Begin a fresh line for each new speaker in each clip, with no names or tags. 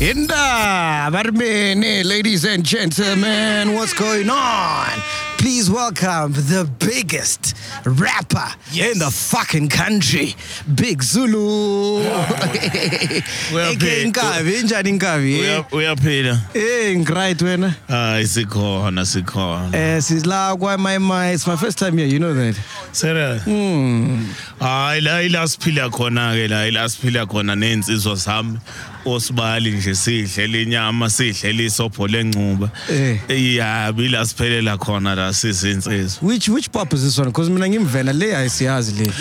Inda, Varmene, ladies and gentlemen, what's going on? Please welcome the biggest rapper in the fucking country, Big Zulu.
Well,
Aka
Big,
Nkabi, njani Nkabi?
Uya- uyaphila
Eh, ngright wena.
hayi sikhona sikhona
Eh, sila kwa my my. It's my first time here, you know that.
serious Hmm. hayi la ila siphila khona-ke la ila siphila khona ney'nsizwa zami osibali nje siyidlela inyama siyidlela isobho lencuba
Eh.
yabi ila siphelela khona la sizinsizwa
Which which pop is this one? Because mina ngimvela le ayisiyazi le.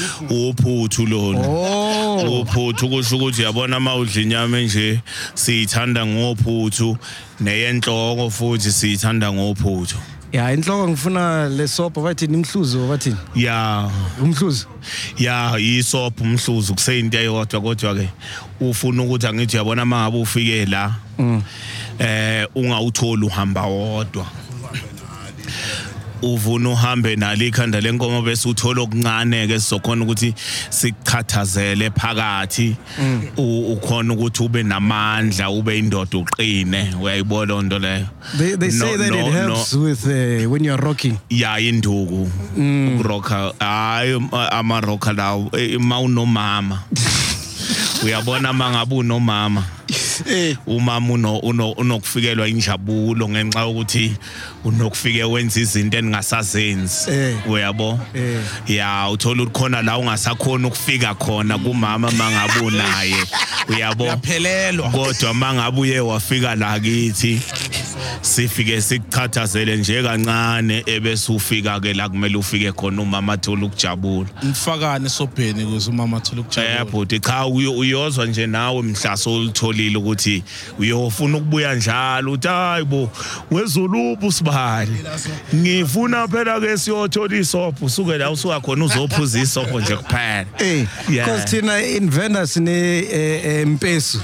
uphuthu lona
Oh.
uphuthu kusho ukuthi uyabona uma udla inyama enje siyithanda ngophuthu neyenhloko futhi siyithanda ngophuthu
Yeah, inhloko ngifuna le sopo bathini imhluzo bathini?
ya
Umhluzo.
ya isopho umhluzi kuseyinto eyodwa kodwa ke ufuna ukuthi angithi uyabona mangabe ufike la
Mm.
eh ungawutholi uhamba wodwa uvuna uhambe nalo ikhanda lenkomo bese uthola okuncane ke sizokhona ukuthi sikuchathazele phakathi
Mm.
U- ukhona ukuthi ube namandla ube indoda uqine uyayibona leyo nto leyo
They, they
No,
say that
no,
it helps with uh, when you're rocking.
ya induku ukurokha hayi amarokha lawo eh, ma unomama uyabona mangabe unomama
Eh,
umama uno- uno- unokufikelwa injabulo ngenxa yokuthi unokufike wenza izinto eningasazenzi
Eh.
uyabo
Eh.
ya uthola ukuthi khona la ungasakhona ukufika khona kumama mangabe unaye uyabo
yaphelelwa
kodwa mangabe uye wafika la kithi sifike sikuchathazele nje kancane ebese ufika ke la kumele ufike khona umama thola ukujabula
mfakane esobheni kuze umama athole
eh
ukujabula
bhuti cha uyo- uyozwa nje nawe mhla solitholile ukuthi uyofuna ukubuya njalo uthi hayi bo wezulubu sibali ngifuna phela ke siyothola isobho usuke la usuka khona uzophuza isobho nje kuphela
Eh,
Yeah.
because thina invenda sine eh, eh, mpesu.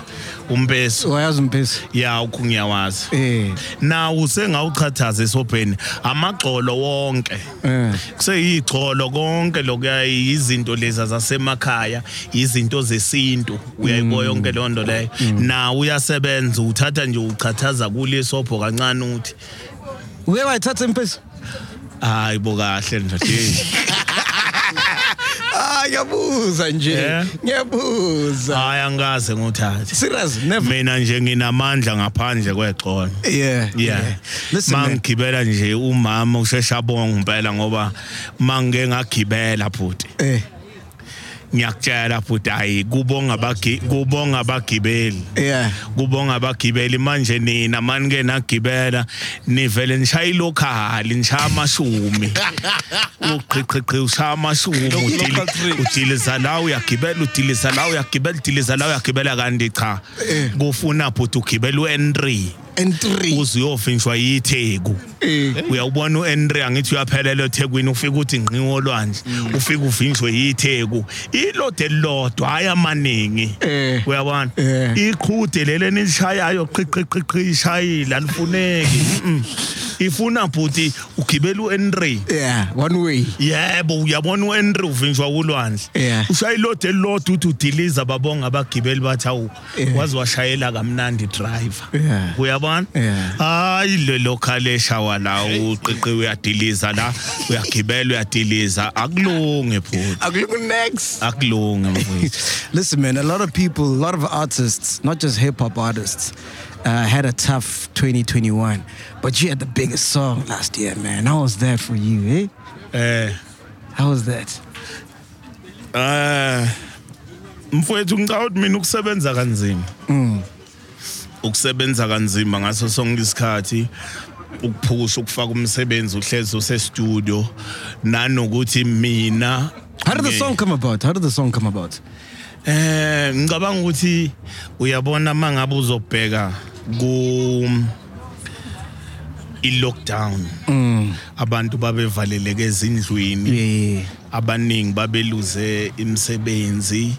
umpeso
Wayazi mpesu.
ya ukhungiyawazi
Eh.
nawo usengawuchathaza esobheni amagxolo wonke
Eh.
kuseyigxolo konke lokuya izinto leza zasemakhaya izinto zesintu
Mm.
uyayiboya yonke leyo nto leyo nawo uyasebenza uthatha nje uchathaza kulisobho kancane uthi
Uye wayithatha impesu?
hayi bo kahle nje
Ah, ngiyabuza nje.
Yeah.
Ngiyabuza.
hayi angikaze ngiwuthathe
Serious never. Eh,
mina nje nginamandla ngaphandle kwegxolo
Yeah.
yeah
Listen. man.
mangigibela nje umama usheshabonga impela ngoba mangike ngagibela bhuti
Eh.
ngiyakutshela futhi hayi kubonga abagi- kubonga abagibeli
Yeah.
kubonga abagibeli manje nina mani-ke nagibela nivele nishaye ilokhali nishaya amashumi uqhiqhiqhi ushaya amashumi udili-
local trip.
udiliza la uyagibela udiliza la uyagibela udiliza la uyagibela kanti cha kufuna bhuti ugibela u-n3
And three.
uze uyovinjwa yitheku
Eh.
uyawubona u-enry angithi uyaphelela ethekwini ufike uthi ngqiwo olwandle
Mm.
ufike uvinjwe yitheku ilode elilodwa hhayi amaningi
Eh.
uyabona
Eh.
iqhude leli enishayayo qhiqhiqhiqhi ishayi lalifuneki Mm-mm. ifuna bhuti ugibela u-enry
Yeah, one way.
yebo uyabona u-enry uvinjwa kulwandle
Yeah.
ushaya ilode elilodwa uthi udiliza babonga abagibeli bathi awu
Yeah.
waze washayela kamnandi driver
Yeah.
uyabona
Yeah.
hayi lelo khaleshawa la uqiqi uyadiliza la uyagibela uyadiliza akulungi bhuti
Akulungu next.
akulungi mfowethu
Listen, man, a lot of people, a lot of artists, not just hip hop artists, uh, had a tough 2021. But you had the biggest song last year, man. How was that for you, eh?
eh
How was that?
Eh mfowethu ngicabanga ukuthi mina ukusebenza kanzima.
Mm.
Ukusebenza kanzima ngaso sonke isikhathi ukuphusha ukufaka umsebenzi uhlezi use studio nanokuthi mina
How did the
nge-
song come about? How did the song come about?
Eh ngicabanga ukuthi uyabona mangabe uzobheka ku i-lockdown
Mm.
abantu babevaleleke ezindlwini
yeah.
abaningi babeluze imisebenzi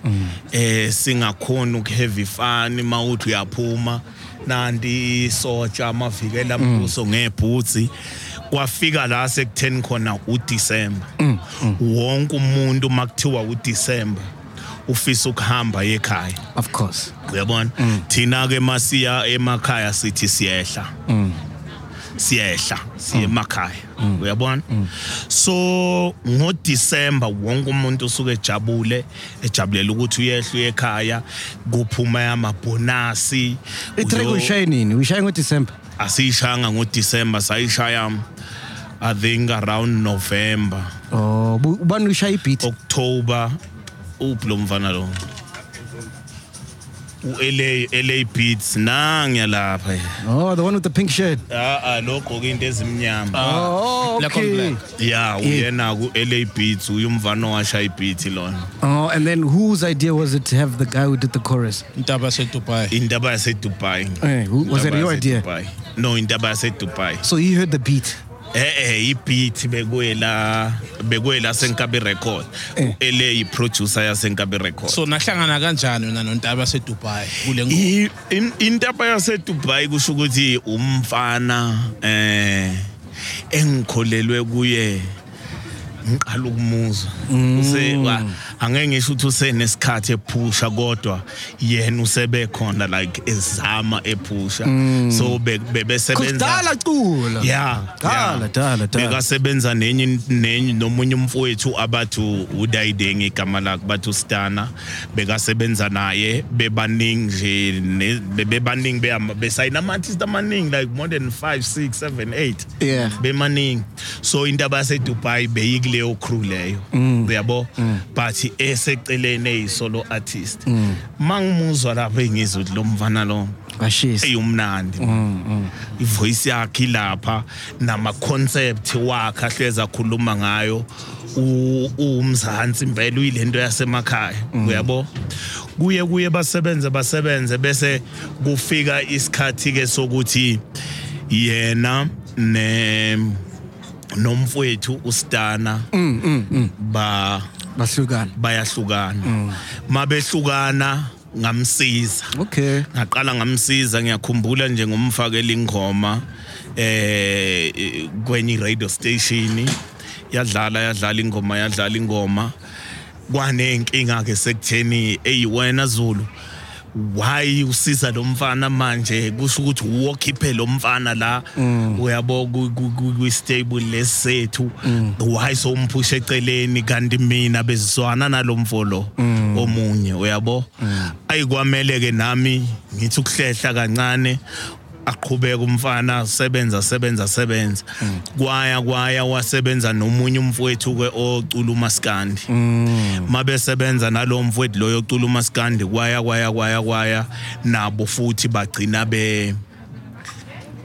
eh singakhona ukuheavy fun mawuthi uyaphuma nanti isotsha amavikela ambuso ngebhutsi kwafika la sekutheni khona uDisemba wonke umuntu makuthiwa uDisemba ufisa ukuhamba ekhaya
of course
uyabona thina ke masiya emakhaya sithi siyehla siyehla siye emakhaya uyabona so ngo December wonke umuntu usuke ejabule ejabulela ukuthi uyehle uye ekhaya kuphuma amabonasi
itrek uyishaye nini uyishaye ngodisemba
asishanga ngo December sayishaya I think around November
oh, bu- ubani uyishaye ibit
October ublomfana lo uLA LA Beats nangiya lapha
oh, the one with the pink shirt
ah ah lo gqoke into ezimnyama
oh,
Black on
okay.
black.
yeah uyena ku LA Beats uyumvana owasha ibeat lona
oh and then whose idea was it to have the guy who did the chorus
Intaba yaseDubai.
indaba yase Dubai
Eh, who- was it
Indaba
your
yase
idea?
Dubai. no indaba yase Dubai
so he heard the beat
eh eh ibeat bekwela bekwela senkabi record
Eh.
uLA producer yasenkabi record
So nahlangana kanjani wena noNtaba yaseDubai kule ngo-
I- in- intaba yaseDubai kusho ukuthi umfana eh engikholelwe kuye ngiqala ukumuzwa use wa- angeke ngisho ukuthi usenesikhathi ephusha kodwa yena usebe khona like ezama ephusha so be- bebesebenza
kudala cula
yeah
Dala,
yeah.
dala, dala.
bekasebenza nenye nenye nomunye umfowethu abathu udayide ngegama lakhe bathu stana bekasebenza naye bebaningi nje ne- be- bebaningi behamba- besayina ama-artist amaningi like more than five six seven eight
Yeah.
bemaningi so intaba yasedubai beyikuleyo crew leyo uyabo but eseceleni eyi-solo artist ma ngimuzwa lapho engizwa ukuthi lo mfana lo
ngashisa
eyumnandi ivoice yakhe ilapha nama concept wakhe ahleza akhuluma ngayo U- uwumzansi impela uyilento yasemakhaya uyabo kuye kuye basebenze basebenze bese kufika isikhathi ke sokuthi yena ne nomfowethu ustana ba
bahlukana
bayahlukana mabehlukana ngamsiza
okay
ngaqala ngamsiza ngiyakhumbula nje ngomfakela ingoma eh eh, kwenye i-radio station yadlala yadlala ingoma yadlala ingoma kwanenkinga ke sekutheni eyi wena Zulu why usiza lo mfana manje kusho ukuthi uwokhiphe lo mfana la uyabo ku- ku- ku- kwi-stable lesethu why sowumphusha eceleni kanti mina bezizwana nalo mfo lo omunye uyabo ayikwamele ke nami ngithi ukuhlehla kancane aqhubeka umfana sebenza sebenza sebenza kwaya kwaya wasebenza nomunye umfowethu ke ocula umaskandi mabesebenza nalo mfowethu loyo ocula umaskandi kwaya kwaya kwaya kwaya nabo futhi bagcina be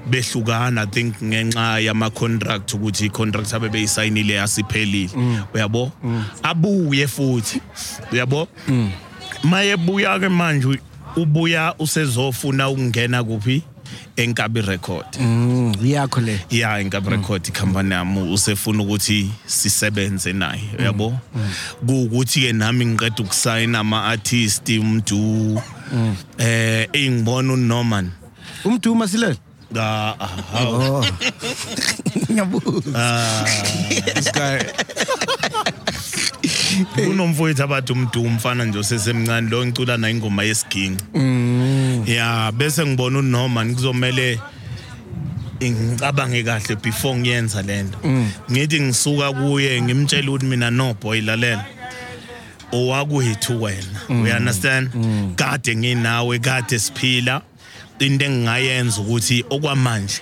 behlukana i think ngenxa yama contract ukuthi i contract abe beyisayinile yasiphelile uyabo abuye futhi uyabo mayebuya ke manje ubuya usezofuna ukungena kuphi enkabi record
Mm, yakho le
ya inkabi record company yami usefuna ukuthi sisebenze naye uyabo kuukuthi ke nami ngiqeda ukusayina ama artist umdu eh engibona uNorman
umduma silele
ah ah,
oh ngiyabuza
This guy
kunomfowethu abathi umdu umfana nje osesemncane lo ngicula naye ingoma yesiginci ya bese ngibona uNorman kuzomele ngicabange kahle before ngiyenza lento ngithi ngisuka kuye ngimtshela ukuthi mina no boy lalela owakwethu wena we understand kade nginawe kade siphila into engingayenza ukuthi okwamanje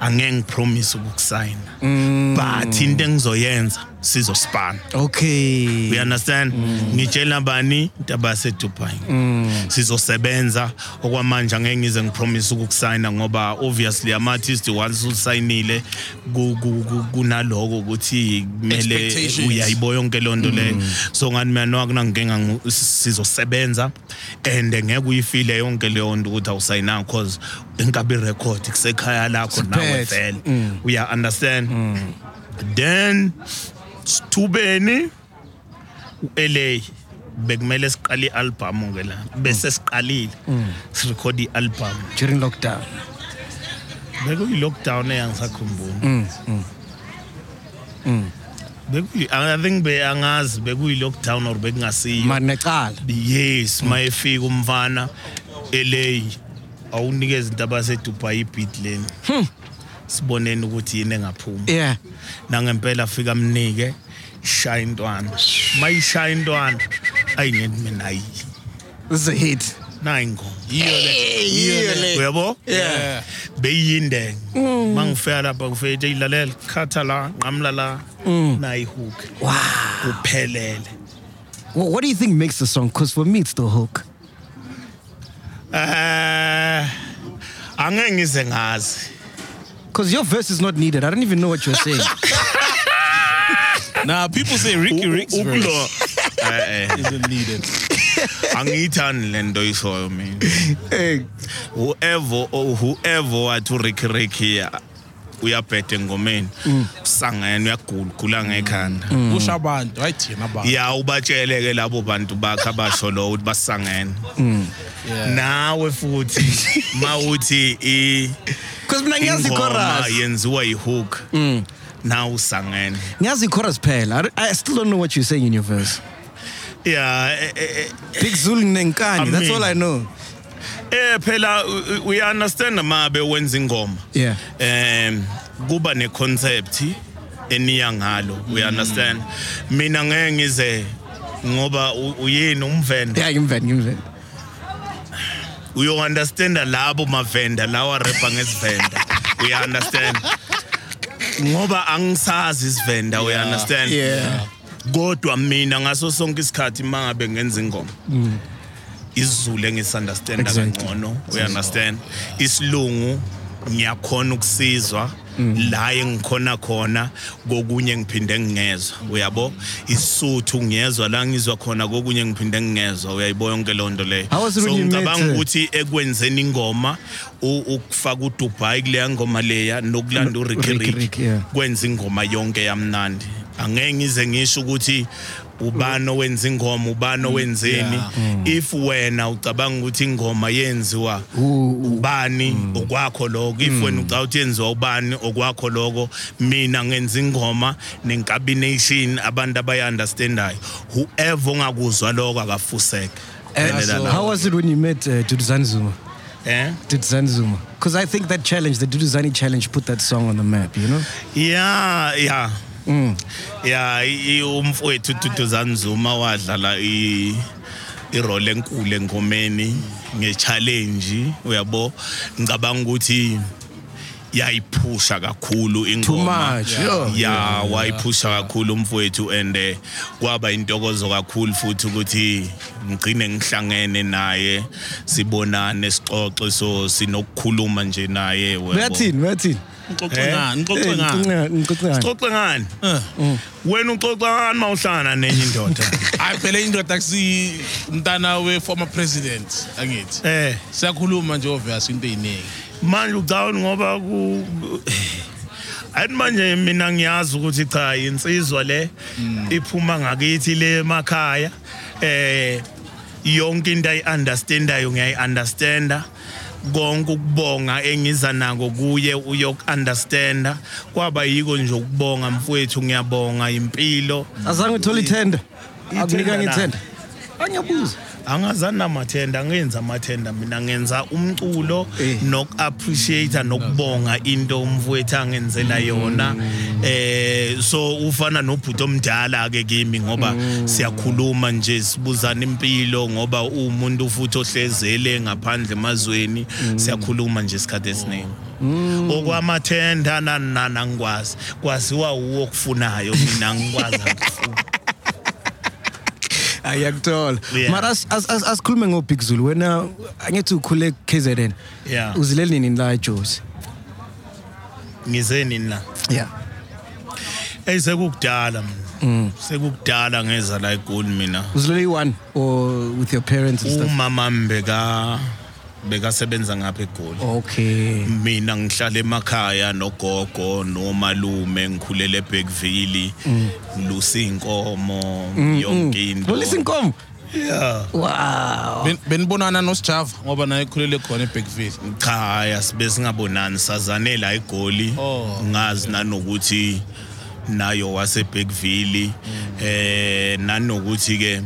angeke ngipromise ukukusayina but into engizoyenza sizospana
okay
you understand ngitshela bani indaba yasedubai sizosebenza okwamanje angeke ngize ngipromise ukukusayina ngoba obviously ama-artist once ulisayinile ku- ku- ku- kunaloko ukuthi kumele
Expectations.
uyayibo yonke loo nto leyo so ngani mina no akunankinga ngu- sizosebenza and ngeke uyifile yonke leyo nto ukuthi awusayinanga because inkabi record kusekhaya lakho nawe
Siphethe.
vele uya understand then sithubeni LA bekumele siqale i-album ke la bese siqalile sirekhode i-album
during lockdown
bekuyi-lockdown eyangisakhumbula Bekuyi- i think be angazi bekuyi-lockdown or bekungasiyo
mani necala
yes uma efika umfana LA awunikeza into abasedubai ibhid leni siboneni ukuthi yini engaphuma
yeah
nangempela afika amnike ishaya intwana mayishaya intwana ayingeni mina ayiyi
this is a hit
nayi ingoma yiyo le
yiyo le.
uyabo beyiyindenge uma ngifika lapha ngifika ithi ilalela khatha la nqamla la nayi hook
wow
kuphelele
well, what do you think makes the song because for me it's the hook
eh angeke ngize ngazi
because your verse is not needed i don't even know what you're saying
Nah, people say Ricky
U- u-
Rick's
ukulo-
verse
eh eh
isn't needed.
angiyithandi le nto ishoyo mina
hey
whoever or whoever wathi uRicky Ricky uyabhede engomeni sangena uyagula gula ngekhanda
Hmm. Kusho abantu, hayi thina abantu.
ya ubatshele ke labo bantu bakhe abasho lo ukuthi basangena
Yeah.
nawe futhi mawuthi i
because mina ngiyazi
ingoma
chorus
yenziwa ihook nawe usangena
ngiyazi chorus phela I don't- i still don't know what you're saying in your verse
ya eh, eh,
big zulu nenkani that's all i know
eh, eh phela u- u- we understand mabe wenza ingoma
yeah
um kuba neconcept eniya ngalo we understand mina ngeke ngize ngoba u- uyini umvenda
yeah ngimveni ngimveni
uyo understanda labo mavenda lawa rapper ngesivenda we understand ngoba angisazi isivenda we
Yeah.
understand
Yeah.
kodwa mina ngaso sonke isikhathi mangabe ngenza ingoma isizulu engisunderstanda
Exactly.
kangcono we understand isilungu ngiyakhona ukusizwa la engikhona khona kokunye ngiphinde ngingezwa uyabo isuthu ngiyezwa la ngizwa khona kokunye ngiphinde ngingezwa uyayibo yonke leyo nto leyo
How was it
so
when you met
ngicabanga
her?
ukuthi ekwenzeni ingoma u- ukufaka uDubai kuleya ngoma leya nokulanda uRicky
Ricky
Rick
Rick, yeah.
kwenza ingoma yonke yamnandi angeke ngize ngisho ukuthi ubani owenza ingoma ubani owenzeni
yeah.
if wena ucabanga ukuthi ingoma yenziwa ubani okwakho lokho if wena ucabanga ukuthi yenziwa ubani okwakho lokho mina ngenza ingoma nenkabi nation abantu abayiunderstandayo whoever ongakuzwa lokho akafuseke
And
Phelela
Eh, how was it when you met uh, Duduzani Zuma?
eh
Duduzani Zuma. Because I think that challenge, the Duduzani challenge, put that song on the map, you know?
ya ya
Mm.
ya i- i- umfowethu Duduzani Zuma wadlala i irole enkulu engomeni nge-challenge uyabo ngicabanga ukuthi yayiphusha kakhulu
Too
ingoma
much, yeah.
ya wayiphusha kakhulu umfowethu and eh, kwaba intokozo kakhulu futhi ukuthi ngigcine ngihlangene naye sibonane sixoxe so sinokukhuluma nje naye uyabo.
Martin, Martin.
Ngixoxe ngani? Ngixoxe ngani?
Hey,
Uxoxe ngani? Mm. Wena uxoxa ngani mawuhlangana nenye indoda?
Hayi phela indoda akusi umntana we former president angithi.
Eh,
Siyakhuluma nje obvious into eyiningi.
manje udown ngoba ku Ayi manje mina ngiyazi ukuthi cha insizwa le iphuma ngakithi le emakhaya eh yonke into ayiunderstandayo ngiyayiunderstanda konke ukubonga engiza nako kuye uyoku-understanda kwaba yiko nje ukubonga mfowethu ngiyabonga impilo
Azange uthole ithenda.
Ithenda
Akunikanga
la.
ithenda. Angiyabuza.
angazani namathenda ngenza amathenda mina ngenza umculo
Eh.
noku-appreciate-a nokubonga into umfowethu angenzela yona eh so ufana nobhuti omdala-ke kimi ngoba siyakhuluma nje sibuzana impilo ngoba uwumuntu futhi ohlezele ngaphandle emazweni siyakhuluma nje isikhathi esiningi okwamathenda nanana ngikwazi kwaziwa uwo okufunayo mina ngikwazi akufuni
ayakuthola
Yeah.
mara as- as- as- asikhulume ngobig zulu wena angithi ukhule kzn
Yeah.
uzileli nini la ejosi
ngize nini la
yeah
eyi sekukudala mina sekukudala ngeza la egoli mina
uzileli i-one or with your parents and stuff
umama mbeka bekasebenza ngapha egoli
Oh. okay
mina ngihlala emakhaya nogogo nomalume ngikhulele ebhekvili lusa inkomo yonke into
lolisa inkomo
Mm. yeah
wow
Ben- benibonana nosijava ngoba naye ekhulele khona ebhekville
cha yasibe singabonani sazane la egoli
Oh.
ngazi nanokuthi nayo wasebhekvili eh nanokuthi ke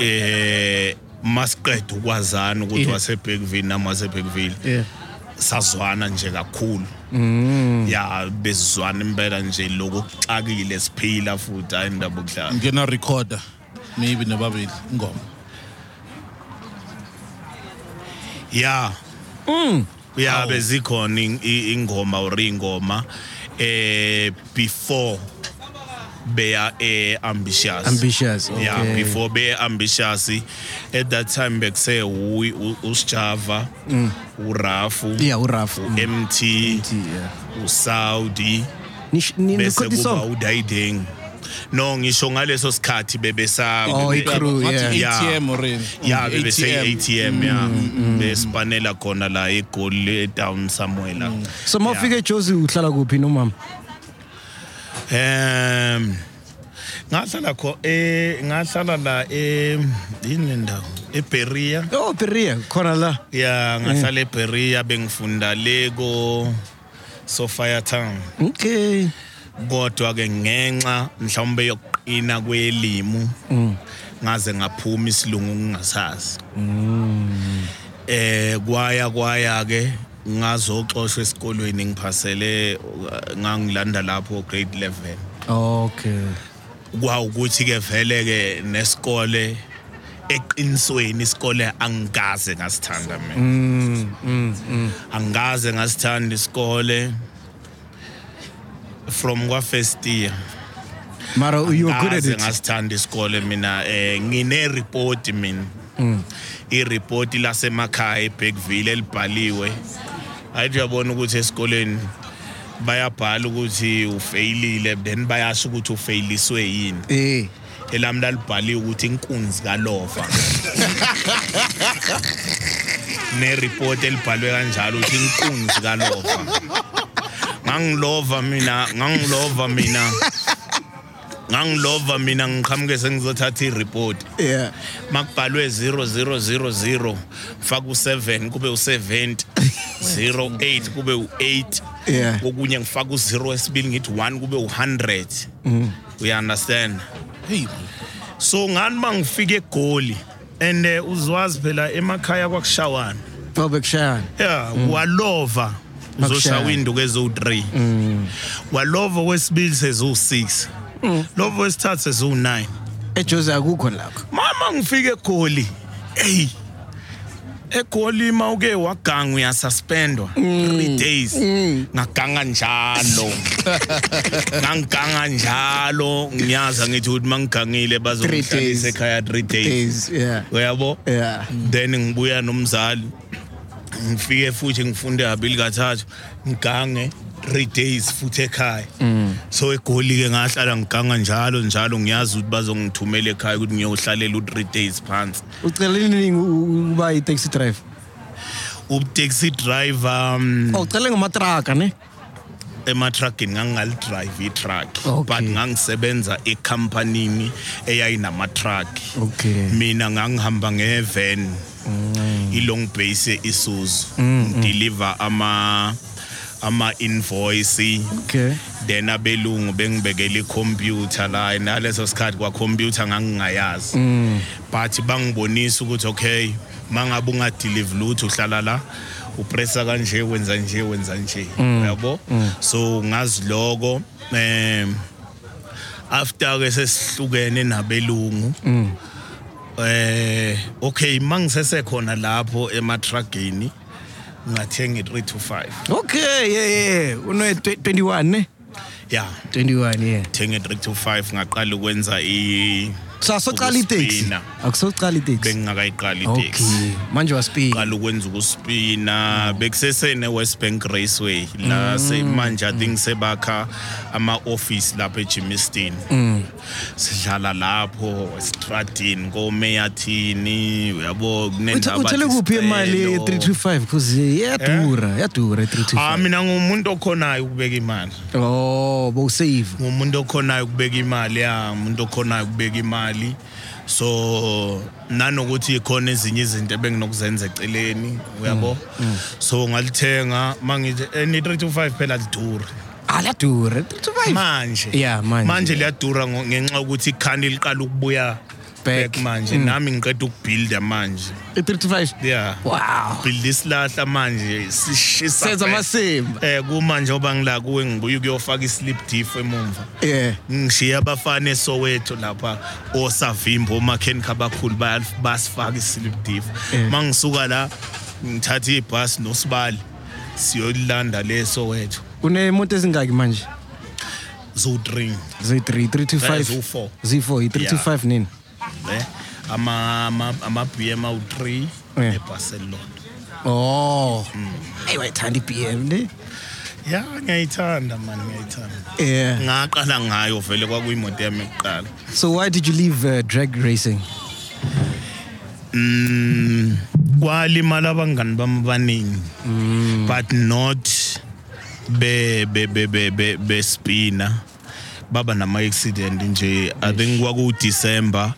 eh masiqeda ukwazana ukuthi
Yeah.
wasebhekvili nami wasebhekvili
yeah
sazwana nje kakhulu ya besizwana impela nje lokho kuxakile siphila futhi hayi indaba okudlala
ngena recorder maybe nobabili ingoma
ya
Mm.
ya bezikhona ing- i- ingoma or ingoma eh before beya eh ambitious
ambitious okay.
yeah before be ambitious at that time bekuse uyi usijava
Mm.
urafu
yeah uraf
umt
yeah
usaudi
Nish- ni-
bese
nikhona
kuba
isong
udayideng no ngisho ngaleso sikhathi bebesa
Oh,
bebe-
i-crew, yeah.
ngathi
Yeah.
ATM already
ya bebese i-atm
ATM
ya besipanela khona la egoli edown somewhere la
so uma ufika ejosi uhlala kuphi nomama
um ngahlala kho eh ngahlala la eh yini le ndawo eberia
oh peria khona la
ya ngahlala eberia bengifunda leko sofia town
okay
kodwa ke ngenxa mhlawumbe yokuqina kwelimu ngaze ngaphuma isilungu ngingasazi eh kwaya kwaya ke ngazoxoshwa esikolweni ngiphasele uh, ngangilanda lapho grade 11
okay
kwawukuthi ke vele ke nesikole eqinisweni isikole angikaze ngasithanda mina angikaze ngasithanda isikole from kwa first year
mara you were good at
Ngaze
it
ngasithanda isikole mina eh ngine report mina
Mm.
i-report lasemakhaya eBackville elibhaliwe ayithi uyabona ukuthi esikoleni bayabhala ukuthi ufailile then bayasho ukuthi ufailiswe yini
eh
elami lalibhaliwe ukuthi inkunzi kalova nereport elibhalwe kanjalo ukuthi inkunzi kalova ngangilova mina ngangilova mina ngangilova mina ngiqhamuke sengizothatha ireport
yeah
makubhalwe 0000 faka u7 kube u70 08 kube u8
Yeah.
kokunye ngifaka u0 esibili ngithi 1 kube u100 uya understand
hey
so ngani mangifike egoli and eh, uzwazi phela emakhaya kwakushawana
oh bekushayana
yeah walova uzoshawa
Bakushaya.
induku eziwu-3 Mm. walova kwesibili seziwu-6 lova kwesithathu seziwu-9
ejosi Eh, akukho lapho
mama ngifike egoli eyi egoli ma uke waganga uyasuspendwa three days Mm. ngaganga njalo ngangiganga njalo ngiyaza ngithi ukuthi ma ngigangile
days.
bazongihlalisa ekhaya three days
is yeah
uyabo
yeah
then ngibuya nomzali ngifike futhi ngifunde habili kathathu ngigange 3 days futhi ekhaya
Mm.
so egoli ke ngahlala ngiganga njalo njalo ngiyazi ukuthi bazongithumela ekhaya ukuthi ngiyohlalela u3 days phansi
uceleni nini u- ukuba i-taxi driver
ubutaxi driver um,
oh ucele ngamatraga ne
emathragini ngangingalidrive itruck
Okay.
but ngangisebenza ekhampanini eyayinamathraki
okay
mina ngangihamba ngevan ilong base isuzu deliver ama ama invoice
okay
then abelungu bengibekela icomputer la naleso sikhathi kwa computer ngangingayazi but bangibonisa ukuthi okay mangabe unga deliver lutho uhlala la upressa kanje wenza nje wenza nje yabo so ngazi lokho em after ke sesihlukene nabelungu eh okay mangisesekhona lapho ematragini ngathenga i-three to five
okay yeah yeah uno 21 ne
ya
21 yeah
thenga i-three to five ngaqala ukwenza i
sasocala iteksi
Ukuspina.
akusocala iteksi
bengingakayiqali iteksi
okay manje waspina
qala ukwenza ukuspina bekusesene-west bank raceway
Mm.
la semanje i think sebakha ama-ofisi lapha ejimiston
Mm.
sidlala lapho estradini komeyathini uyabo kunendaba
uthele kuphi imali
zesicelo.
ye-325 cause iyadura iyadura
Ah,
i-325
mina ngumuntu okhonayo ukubeka imali
oh bowusave
ngumuntu okhonayo ukubeka imali ya umuntu okhonayo ukubeka imali so nanokuthi khona ezinye izinto ebenginokuzenza eceleni uyabo
Mm,
so ngalithenga mangithi ene-three to five phela lidura
ah liyadura 325
manje
Yeah, manje.
manje liyadura ngo- ngenxa yokuthi ikhani liqala ukubuya
Back. Mm.
back manje nami ngiqeda ukubhilda manje
i-325
yeah
wow
bhilda isilahla manje sishisa
senza
back.
amasimba
eh kuma njengoba ngila kuwe ngibuye ukuyofaka i-slip diff emumva
yeah
ngishiye abafana esowethu lapha osavimba omakhenika abakhulu bayal- basifaka i-slip diff
Eh.
ma ngisuka la ngithatha ibhasi nosibali siyolilanda le esowethu
unemoto ezingaki manje
zowu-three
ziyi-3 325
Eh, ziwu-four.
ziyi-4 i-325 nini
ne ama-bm awu-three
Eh.
nebhasi elilodwa
oh eyi wayithanda i-bm le
ya ngiyayithanda mani ngiyayithanda
yeah
ngaqala ngayo vele kwakuyimoto yami yokuqala
so why did you leave uh, drag racing
Mm, kwalimala abangani bami abaningi but not be be be be be, be spina baba nama accident nje i think kwaku December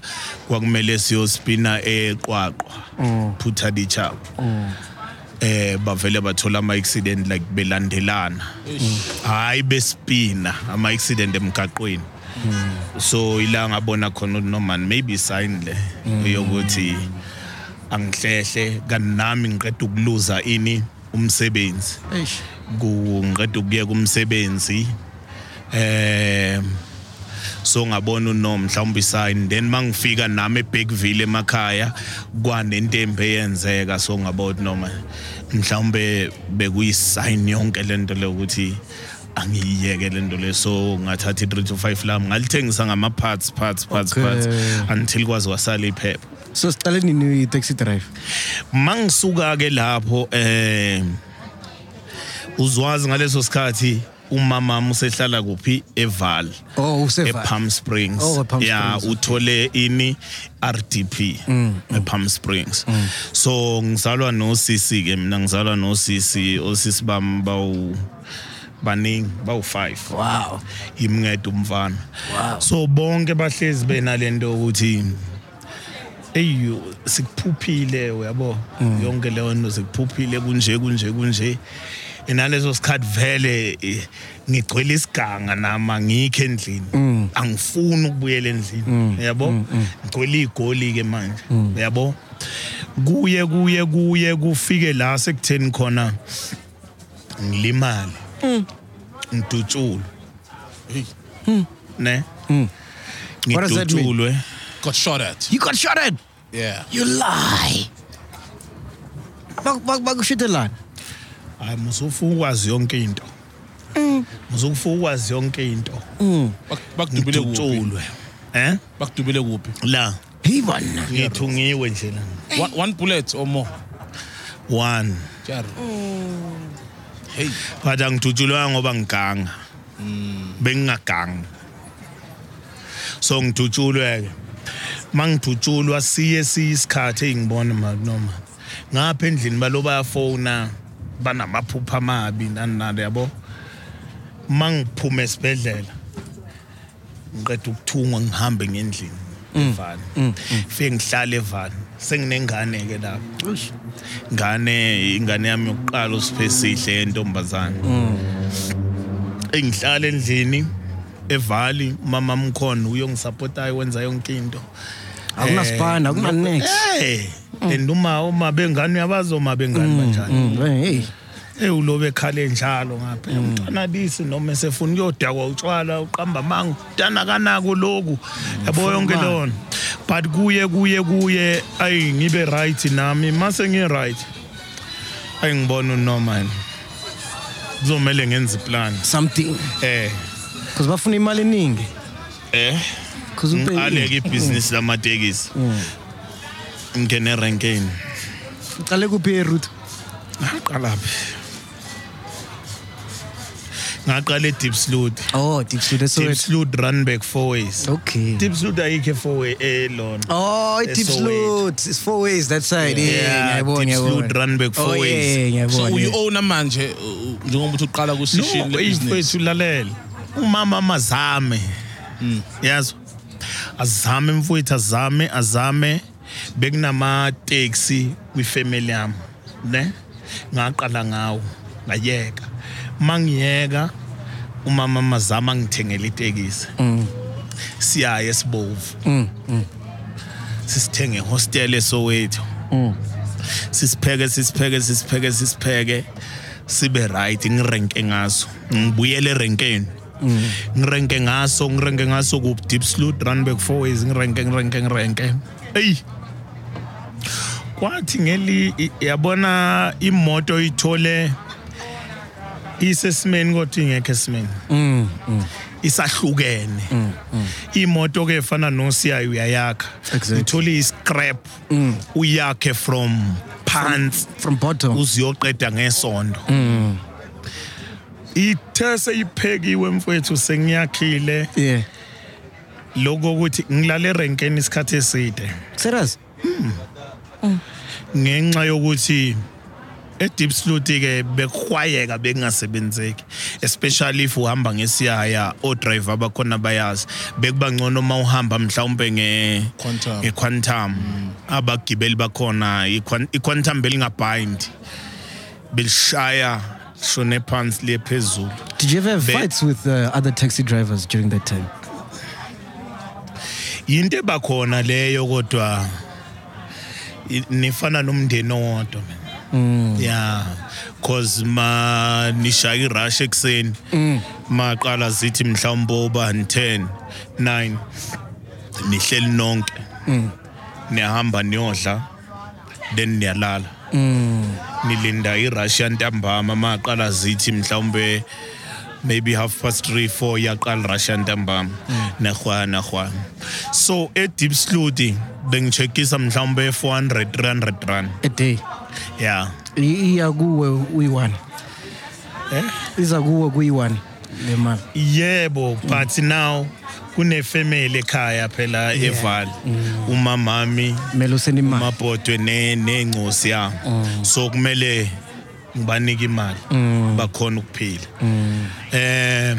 kwakumele siyo spina eqwaqwa phutha lichap eh bavele bathola ama accident like belandelana hayi bespina ama accident emgaqweni so ila ngabona khona ukuthi no man maybe sign le yokuthi angihlehle kanti nami ngiqeda ukuluza ini umsebenzi
eish
ku- ngiqeda ukuyeka umsebenzi um so ngabona unom mhlawumbe isign then mangifika nami eBigville emakhaya kwanento embi eyenzeka so ngabona noma mhlawumbe bekuyisign yonke lento lokuthi angiyiyeke lento le so ngathatha i-3 to 5 lami ngalithengisa ngama-parts parts parts
Okay.
parts until kwaze kwasala iphepha
so siqale nini i-taxi drive
mangisuka ke lapho eh uzwazi ngaleso sikhathi umama usehlala kuphi eval
oh useva
ePalm Springs
Oh, ePalm
yeah
Springs, Mm, okay.
uthole ini RDP ePalm Springs
Mm.
so ngizalwa nosisi ke mina ngizalwa nosisi osisi bami bawu baningi bawu 5
wow
imnceda umfana
Wow.
so bonke bahlezi benalento ukuthi eyi sikuphuphile uyabo
Mm.
yonke leyo nto sikuphuphile kunje kunje kunje naleso sikhathi vele eh, ngigcwele isiganga nami angikho
Mm.
endlini angifuni ukubuyela endlini uyabo ngigcwele igoli-ke manje
Mm.
uyabo kuye kuye kuye kufike la sekutheni khona ngilimale ngidutshulwe ne
Mm. What does that mean?
ngidutshulwe
Got shot at.
you got shot at
Yeah.
you lie Bak- bak- bakushutelani
hayi musufuna ukwazi yonke into musufuna ukwazi yonke into
Bak- Bakudubele kuphi?
ngidutshulwe eh
Bakudubele kuphi?
la
hivona
ngithungiwe nje la
One- One bullet or more.
one
Jaro. Hey.
but angidutshulwanga ngoba ngiganga bengingaganga so ngidutshulwe-ke ma ngidutshulwa siye siye isikhathi engibone makunoma ngapha endlini balo bayafowuna banamaphupha amabi naninalo yabo ma ngiphume esibhedlela ngiqeda ukuthungwa ngihambe ngendlini evani fike ngihlale evani senginengane-ke lapho ngane ingane yami yokuqala usiphesihle entombazana engihlala endlini evali mama mkhona uyongisupportayo wenza yonke into Eh,
akunasipana akunanex
hey and uma uma bengane uyabazi uma bengane
mm.
banjani
hey
eh ulobe ekhale njalo ngapha umntwana lisi noma esefuna ukuyodakwa utshwala uqamba mangu dana kanako loku yabo yonke lona but kuye kuye kuye ayi ngibe right nami mase ngi right ayengibona uNorman kuzomela ngenze iplan
something
eh
because bafuna imali eningi
eh
because
ngiqaleke ibhizinisi lamatekisi ngingene erenkeni
uqale kuphi eroute
ngaqala phi ngaqala edeep slud
oh deep sweet
deep
esowethu
slud run back four ways
okay
deep slud ayikho e-four way eh, elona
Oh, it
Eh,
tips
so wait.
loot. It's four ways that side. Yeah,
Yeah,
ngiyabona,
tips
ngiyabona.
loot, run back four
oh,
ways.
Yeah,
so
ngiyabona.
uyi-owna manje uh, njengoba uthi uqala kusishini
no ifethu lalela umama amazame yazo azame mfowethu azame azame bekunama taxi kwifamily yami ne ngaqala ngawo ngayeka mangiyeka umama amazama ngithengele itekisi siyaye sibovu sisithenge hostel esowethu sisipheke sisipheke sisipheke sisipheke sibe right ngirenke ngaso ngibuyele erenkeni ngirenke ngaso ngirenke ngaso ku deep slot run back four ways ngirenke ngirenke ngirenke hey kwathi ngeli i- yabona imoto ithole isesimeni kodwa ingekho esimeni isahlukene imoto ke efana nosiyayo uyayakha
Exactly.
uthole iscrap uyakhe from phansi
From bottom.
uziyoqeda ngesondo ithe seyiphekiwe mfowethu sengiyakhile
Yeah.
loko ukuthi ngilale erenkeni isikhathi eside
Serious?
ngenxa yokuthi edeep slot ke bekhwayeka bekungasebenzeki especially if uhamba ngesiyaya odriver abakhona bayazi bekuba ngcono uma uhamba mhlawumbe nge
Quantum.
ngequantum abagibeli bakhona iquan- iquantum belingabind belishaya shone phansi liye phezulu
Did you ever have
Be-
fights with uh, other taxi drivers during that time?
yinto ebakhona leyo kodwa i- nifana nomndeni owodwa mm. yeah cause ma nishaya irush ekuseni mm. maqala zithi mhlawumbe obani 10 9 nihleli nonke mm. nihamba niyodla then niyalala mm. nilinda irush yantambama maqala zithi mhlawumbe maybe half past three four yaqala russia ntambama nahwa nahwa so e edeep sludi bengichekisa mhlawumbe 400 300 rand
A day.
yeah
Iya kuwe uyi-one.
Eh?
Iza kuwe kuyi-one le mali.
yebo but now kunefamily ekhaya phela evali umamami
Kumele usende imali.
mabhodwe nengcosi ya so kumele ngibanike imali bakhona ukuphila eh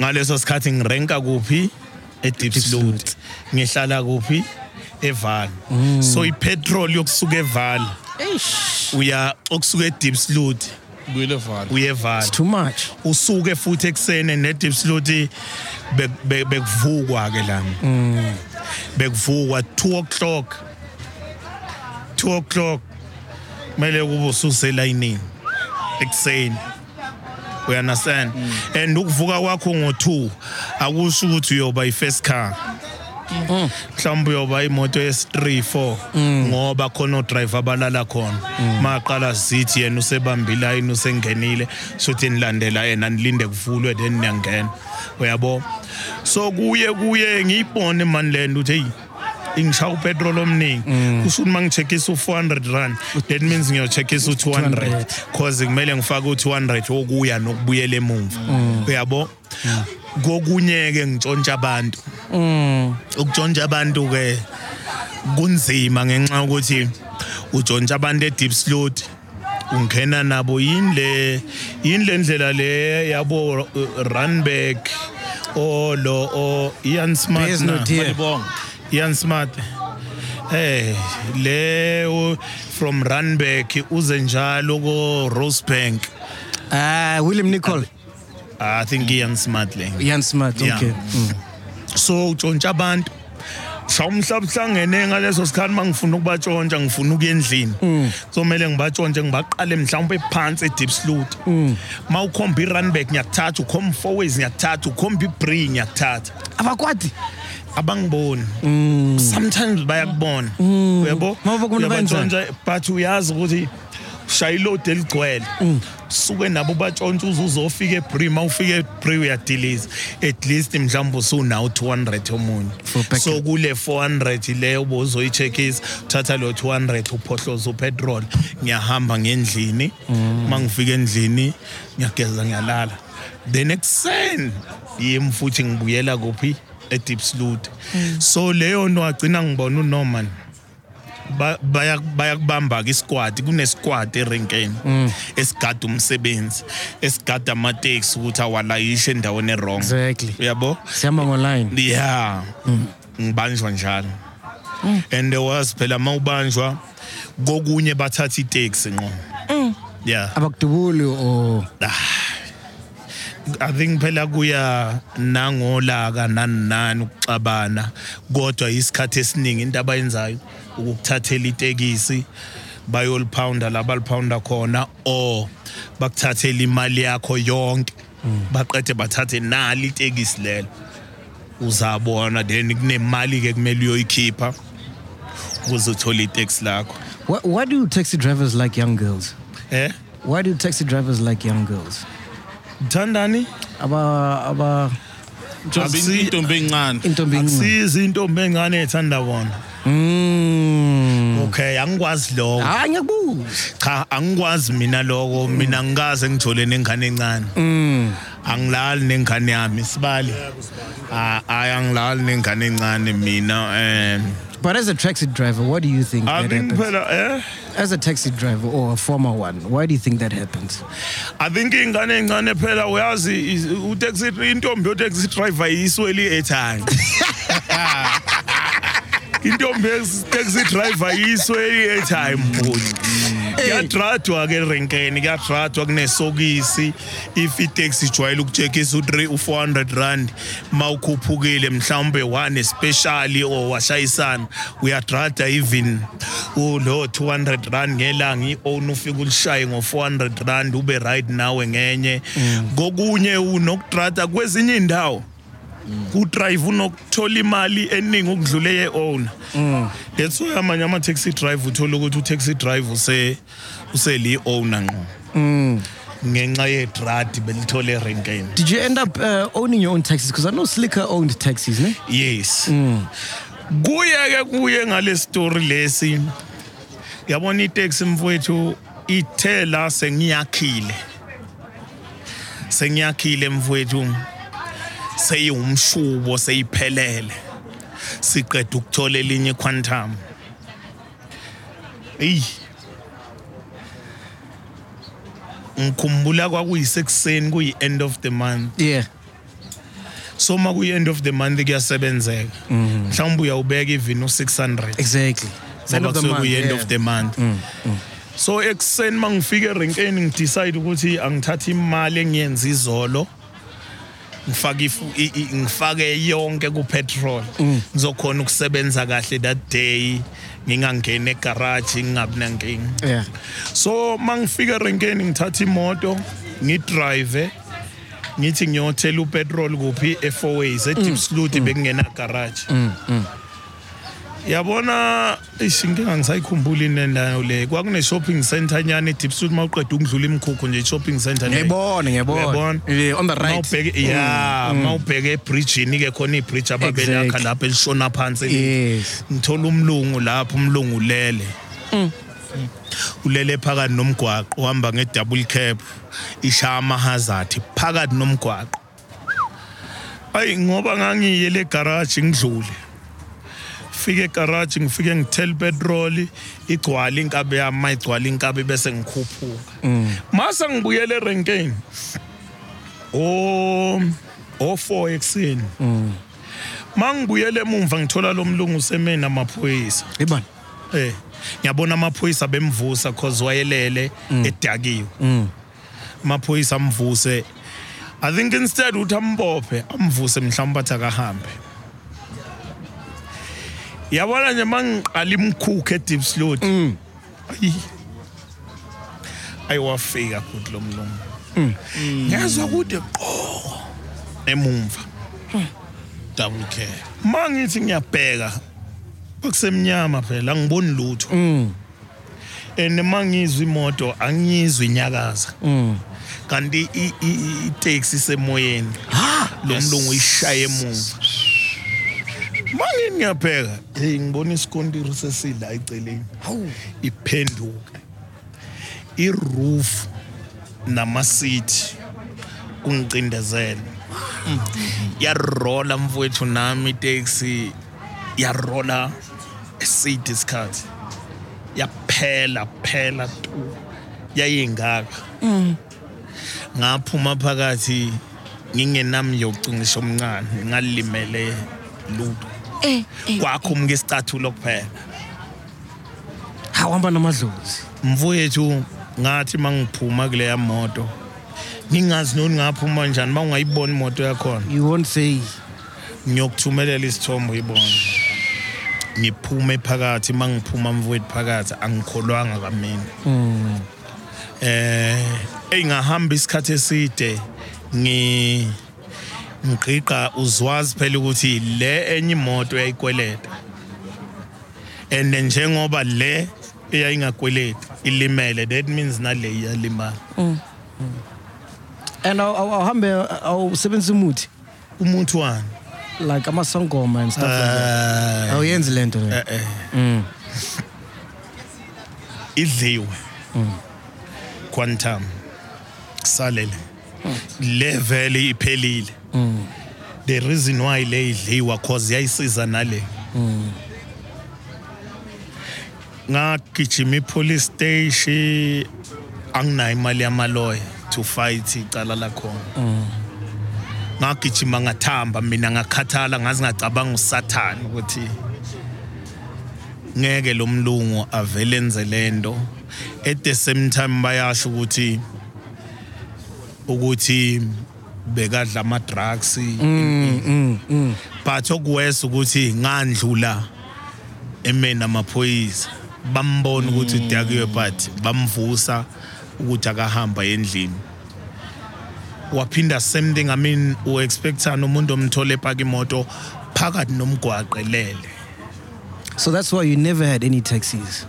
ngaleso sikhathi ngirenka kuphi edeep slot Mm. ngihlala kuphi eval so ipetrol yokusuka eval uya okusuka edeep slot
buyelevala
uye eval
It's too much.
usuke futhi eksene nedeep slot be- be- bekuvukwa ke lami bekuvukwa 2 o'clock 2 o'clock kumele kube ususelayinini ekuseni you understand and ukuvuka kwakho ngo2 akusho ukuthi uyoba i-first car mhlawumbe uyoba imoto yesi-3 4 ngoba khona odrive abalala khona maqala zithi yena usebambile ayini usengenile sothi nilandela yena nilinde kuvulwe then niyangena uyabo so kuye kuye ngiyibone mani le nto ukuthi heyi ingishaya upetrol omningi kusho ukuthi uma ngi-check-isa u-400 rand that means ngiyo-check-isa u-200 cause kumele ngifake u-200 wokuya nokubuyela emumva uyabo kokunye-ke ngitshontsha abantu ukutshontsha abantu ke kunzima ngenxa ukuthi utshontsha abantu e-deep slot ungena nabo yini le yini le ndlela le yabo uh, runback olo o ian smart
Business
na
not here.
Malibong. ian smart Eh le o- from Runback uze njalo ko Rosebank
Ah, William Nicol.
I think Ian Smart le
Ian Smart.
Yeah.
Okay. Mm.
so utshontsha abantu mhlawumhlabi hlangene ngaleso sikhathi uma ngifuna ukubatshontsha ngifuna ukuya endlini kuzomele ngibatshontshe ngibaqale mhlawumbe phansi e-deep slot ma ukhomba i-runback ngiyakuthatha ukhomba i-fourways ngiyakuthatha ukhomba i-bree ngiyakuthatha
Abakwati.
abangiboni sometimes bayakubona uyabo
Uma ubona umuntu
Uyabatshontsha, but uyazi ukuthi ushaya iload eligcwele suke nabo batshontsha uze uzofika ebrew uma ufika ebrew uyadiliza at least mhlawumbe usunawo 200
For
omunye
backup.
so kule 400 leyo bozoyi-check-isa uthatha lo 200 uphohloza upetrol ngiyahamba ngendlini uma ngifika endlini ngiyageza ngiyalala then ekuseni yimi futhi ngibuyela kuphi e-deep slut so leyo nto agcina ngibona unorman ba- baya- bayakubamba-ke isquad kunesquad erenkeni esigada umsebenzi esigada amateksi ukuthi awalayishe endaweni erong
Exactly.
uyabo
sihamba online
yeah ngibanjwa njalo and there was phela mawubanjwa kokunye bathatha itaxi nqo yeah
abakudubuli or
i think phela kuya nangolaka nani nani ukuxabana kodwa isikhathi esiningi into abayenzayo ukukuthathela itekisi bayoliphawunda la baliphawunda khona or bakuthathele imali yakho yonke baqede bathathe nali itekisi lelo uzabona then kunemali-ke kumele uyoyikhipha ukuze uthole iteksi lakho
why, why do taxi drivers like young girls
eh
why do taxi drivers like young girls
mthandani
aba aba
Akusi-
intombi encane
intombi encane.
akusizi intombi engane ethanda bona
Mm.
okay angikwazi lokho
hayi ngiyakubuza
cha angikwazi mina lokho mina ngikaze ngijole nengane encane angilali nengane yami sibali Ah, hayi angilali nengane encane mina eh
but as a taxi driver what do you think
I
that
think
happens
phela eh
as a taxi driver or a former one why do you think that happens
I think ingane encane phela uyazi is- utaxi intombi yo taxi driver isweli ethanga intombi yo taxi driver isweli ethanga mbuli kuyadradwa ke erenkeni kuyadradwa kunesokisi if itaxi ijwayele ukucheckisa u-three u-400 rand ma ukhuphukile mhlawumbe wanespeciali or washayisana uyadrada even ulo 200 rand ngelanga i-own ufike ulishaye ngo-400 rand ube right nawe ngenye kokunye unokudrada kwezinye iy'ndawo udrayive unokuthola imali eningi ukudlule ye-owner that's why amanye ama-taxi drive uthole ukuthi u-taxi drive use- useli-owner nqo ngenxa yedradi belithole erenkeni
did you end up uh, owning your own taxis because i know slicker owned taxis ne
yes kuye ke kuye ngale story lesi yabona itaxi mfowethu ithe la sengiyakhile sengiyakhile mfowethu seyiwumshubo seyiphelele siqeda ukuthola elinye iquantum eyi ngikhumbula kwakuyisekuseni kuyi-end of the month
yeah
so uma kuyi-end of the month kuyasebenzeka mhlawumbe uyawubeka even u-six hundred
exactly Mm-hmm. End of the month,
kuyi-end
yeah. Mm,
of the month so ekuseni uma ngifika erenkeni ngidicide ukuthi angithatha imali engiyenza izolo ngifake ifu- i- i- ngifake yonke kupetrol
Mm.
ngizokhona ukusebenza kahle that day ngingangeni egaraji ngingabi nankinga
yeah
so mangifika erenkeni ngithatha imoto ngidrive ngithi ngiyothela upetrol kuphi e-fourways
Mm.
e-deep slut bekungena garage yabona ishinkinga ngisayikhumbuli nendayo le kwakune-shopping center nyana e-deep slut uma uqeda ukudlula imikhukhu nje i-shopping center leyo.
ngiyayibona ngiyayibona
Uyabona?
yeah on the right Mm,
Mawubheke- ya mawubheke ebrijini ke khona ibhriji ababelakha
Exactly.
lapho elishona phansi
yes
ngithola umlungu lapho umlungu ulele ulele phakathi nomgwaqo uhamba nge-double cap ishaya amahazathi phakathi nomgwaqo ayi ngoba ngangiye le garage ngidlule fike egaraji ngifike ngithele petrol igcwala inkabe yami ma igcwala inkabe bese ngikhuphuka mase ngibuyele erenkeni oh, o o4 ekseni mangibuyele emumva ngithola lo mlungu usemeni amaphoyisa
ibona
eh ngiyabona amaphoyisa bemvusa cause wayelele edakiwe amaphoyisa amvuse i think instead uthi ambophe amvuse mhlawumbe athi akahambe yabona nje mangiqala imkhukhu e-deep slot ayi ayiwafika kuthi lo mlungu ngezwa kude qoko emumva
double care
mangithi ngiyabheka kwakusemnyama phela angiboni lutho andemangizwe imoto angiyizwe inyakaza kanti i- i- itaxi semoyeni lo mlungu uyishaye emuva mangini ngiyapheka hey ngibona isikontiri sesidla eceleni iphenduka iroof namasithi kungicindezele yarola mfowethu nami itaxi yarola eside isikhathi yaphela phela tu yayingaka
Mm.
ngaphuma phakathi ngingenami yocingisha omncane ngalimele ludo
Eh, eh.
kwakho umke isicathulo kuphela
hawuhamba namadlozi
mfowethu ngathi mangiphuma kuleya moto ngingazi noni ngaphuma njani mangungayibona imoto yakhona
you won't say
ngiyokuthumelela isithombe uyibone ngiphume phakathi mangiphuma mfowethu phakathi angikholwanga kamina eh engahamba isikhathi eside ngi ngiqiqa uzwazi phela ukuthi le enye imoto yayikweleta and njengoba le eyayingakweleti ilimele that means nale iyalimala
and awu- awu- awuhambe awusebenzisa umuthi
umuntu wani
like amasangoma and stuff like that
eh
awuyenzi le nto leyo.
eh idliwe quantum salele level iphelile the reason why le idliwa cause yayisiza nale ngagijima ipolice station anginayo imali yamaloya to fight icala lakhona ngagijima ngathamba mina ngakhathala ngazi ngacabanga usathane ukuthi ngeke lo mlungu avele enze lento at the same time bayasho ukuthi ukuthi bekadla ama drugs but okuwesa ukuthi ngandlula emena amaphoyisa bambona ukuthi udakiwe but bamvusa ukuthi akahamba endlini waphinda same thing i mean uexpectana umuntu omthole epaka imoto phakathi nomgwaqelele
so that's why you never had any taxis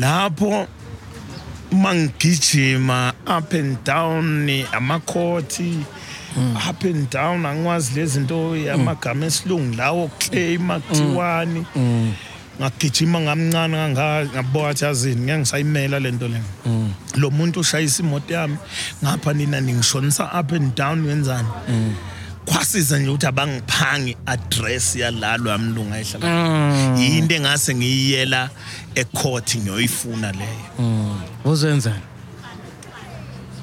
lapho mangigijima up and down amakhoti up and down angikwazi lezi nto amagama esilungu lawo claim kuthiwani ngagijima ngamncane kangaka ngaboka athi azini ngeke ngisayimela le nto le lo muntu ushayisa imoto yami ngapha nina ningishonisa up and down wenzani kwasiza nje ukuthi abangiphangi address yalalo amlungu ayihlala yinto engase ngiyiyela ecourt ngiyoyifuna leyo
uzenzani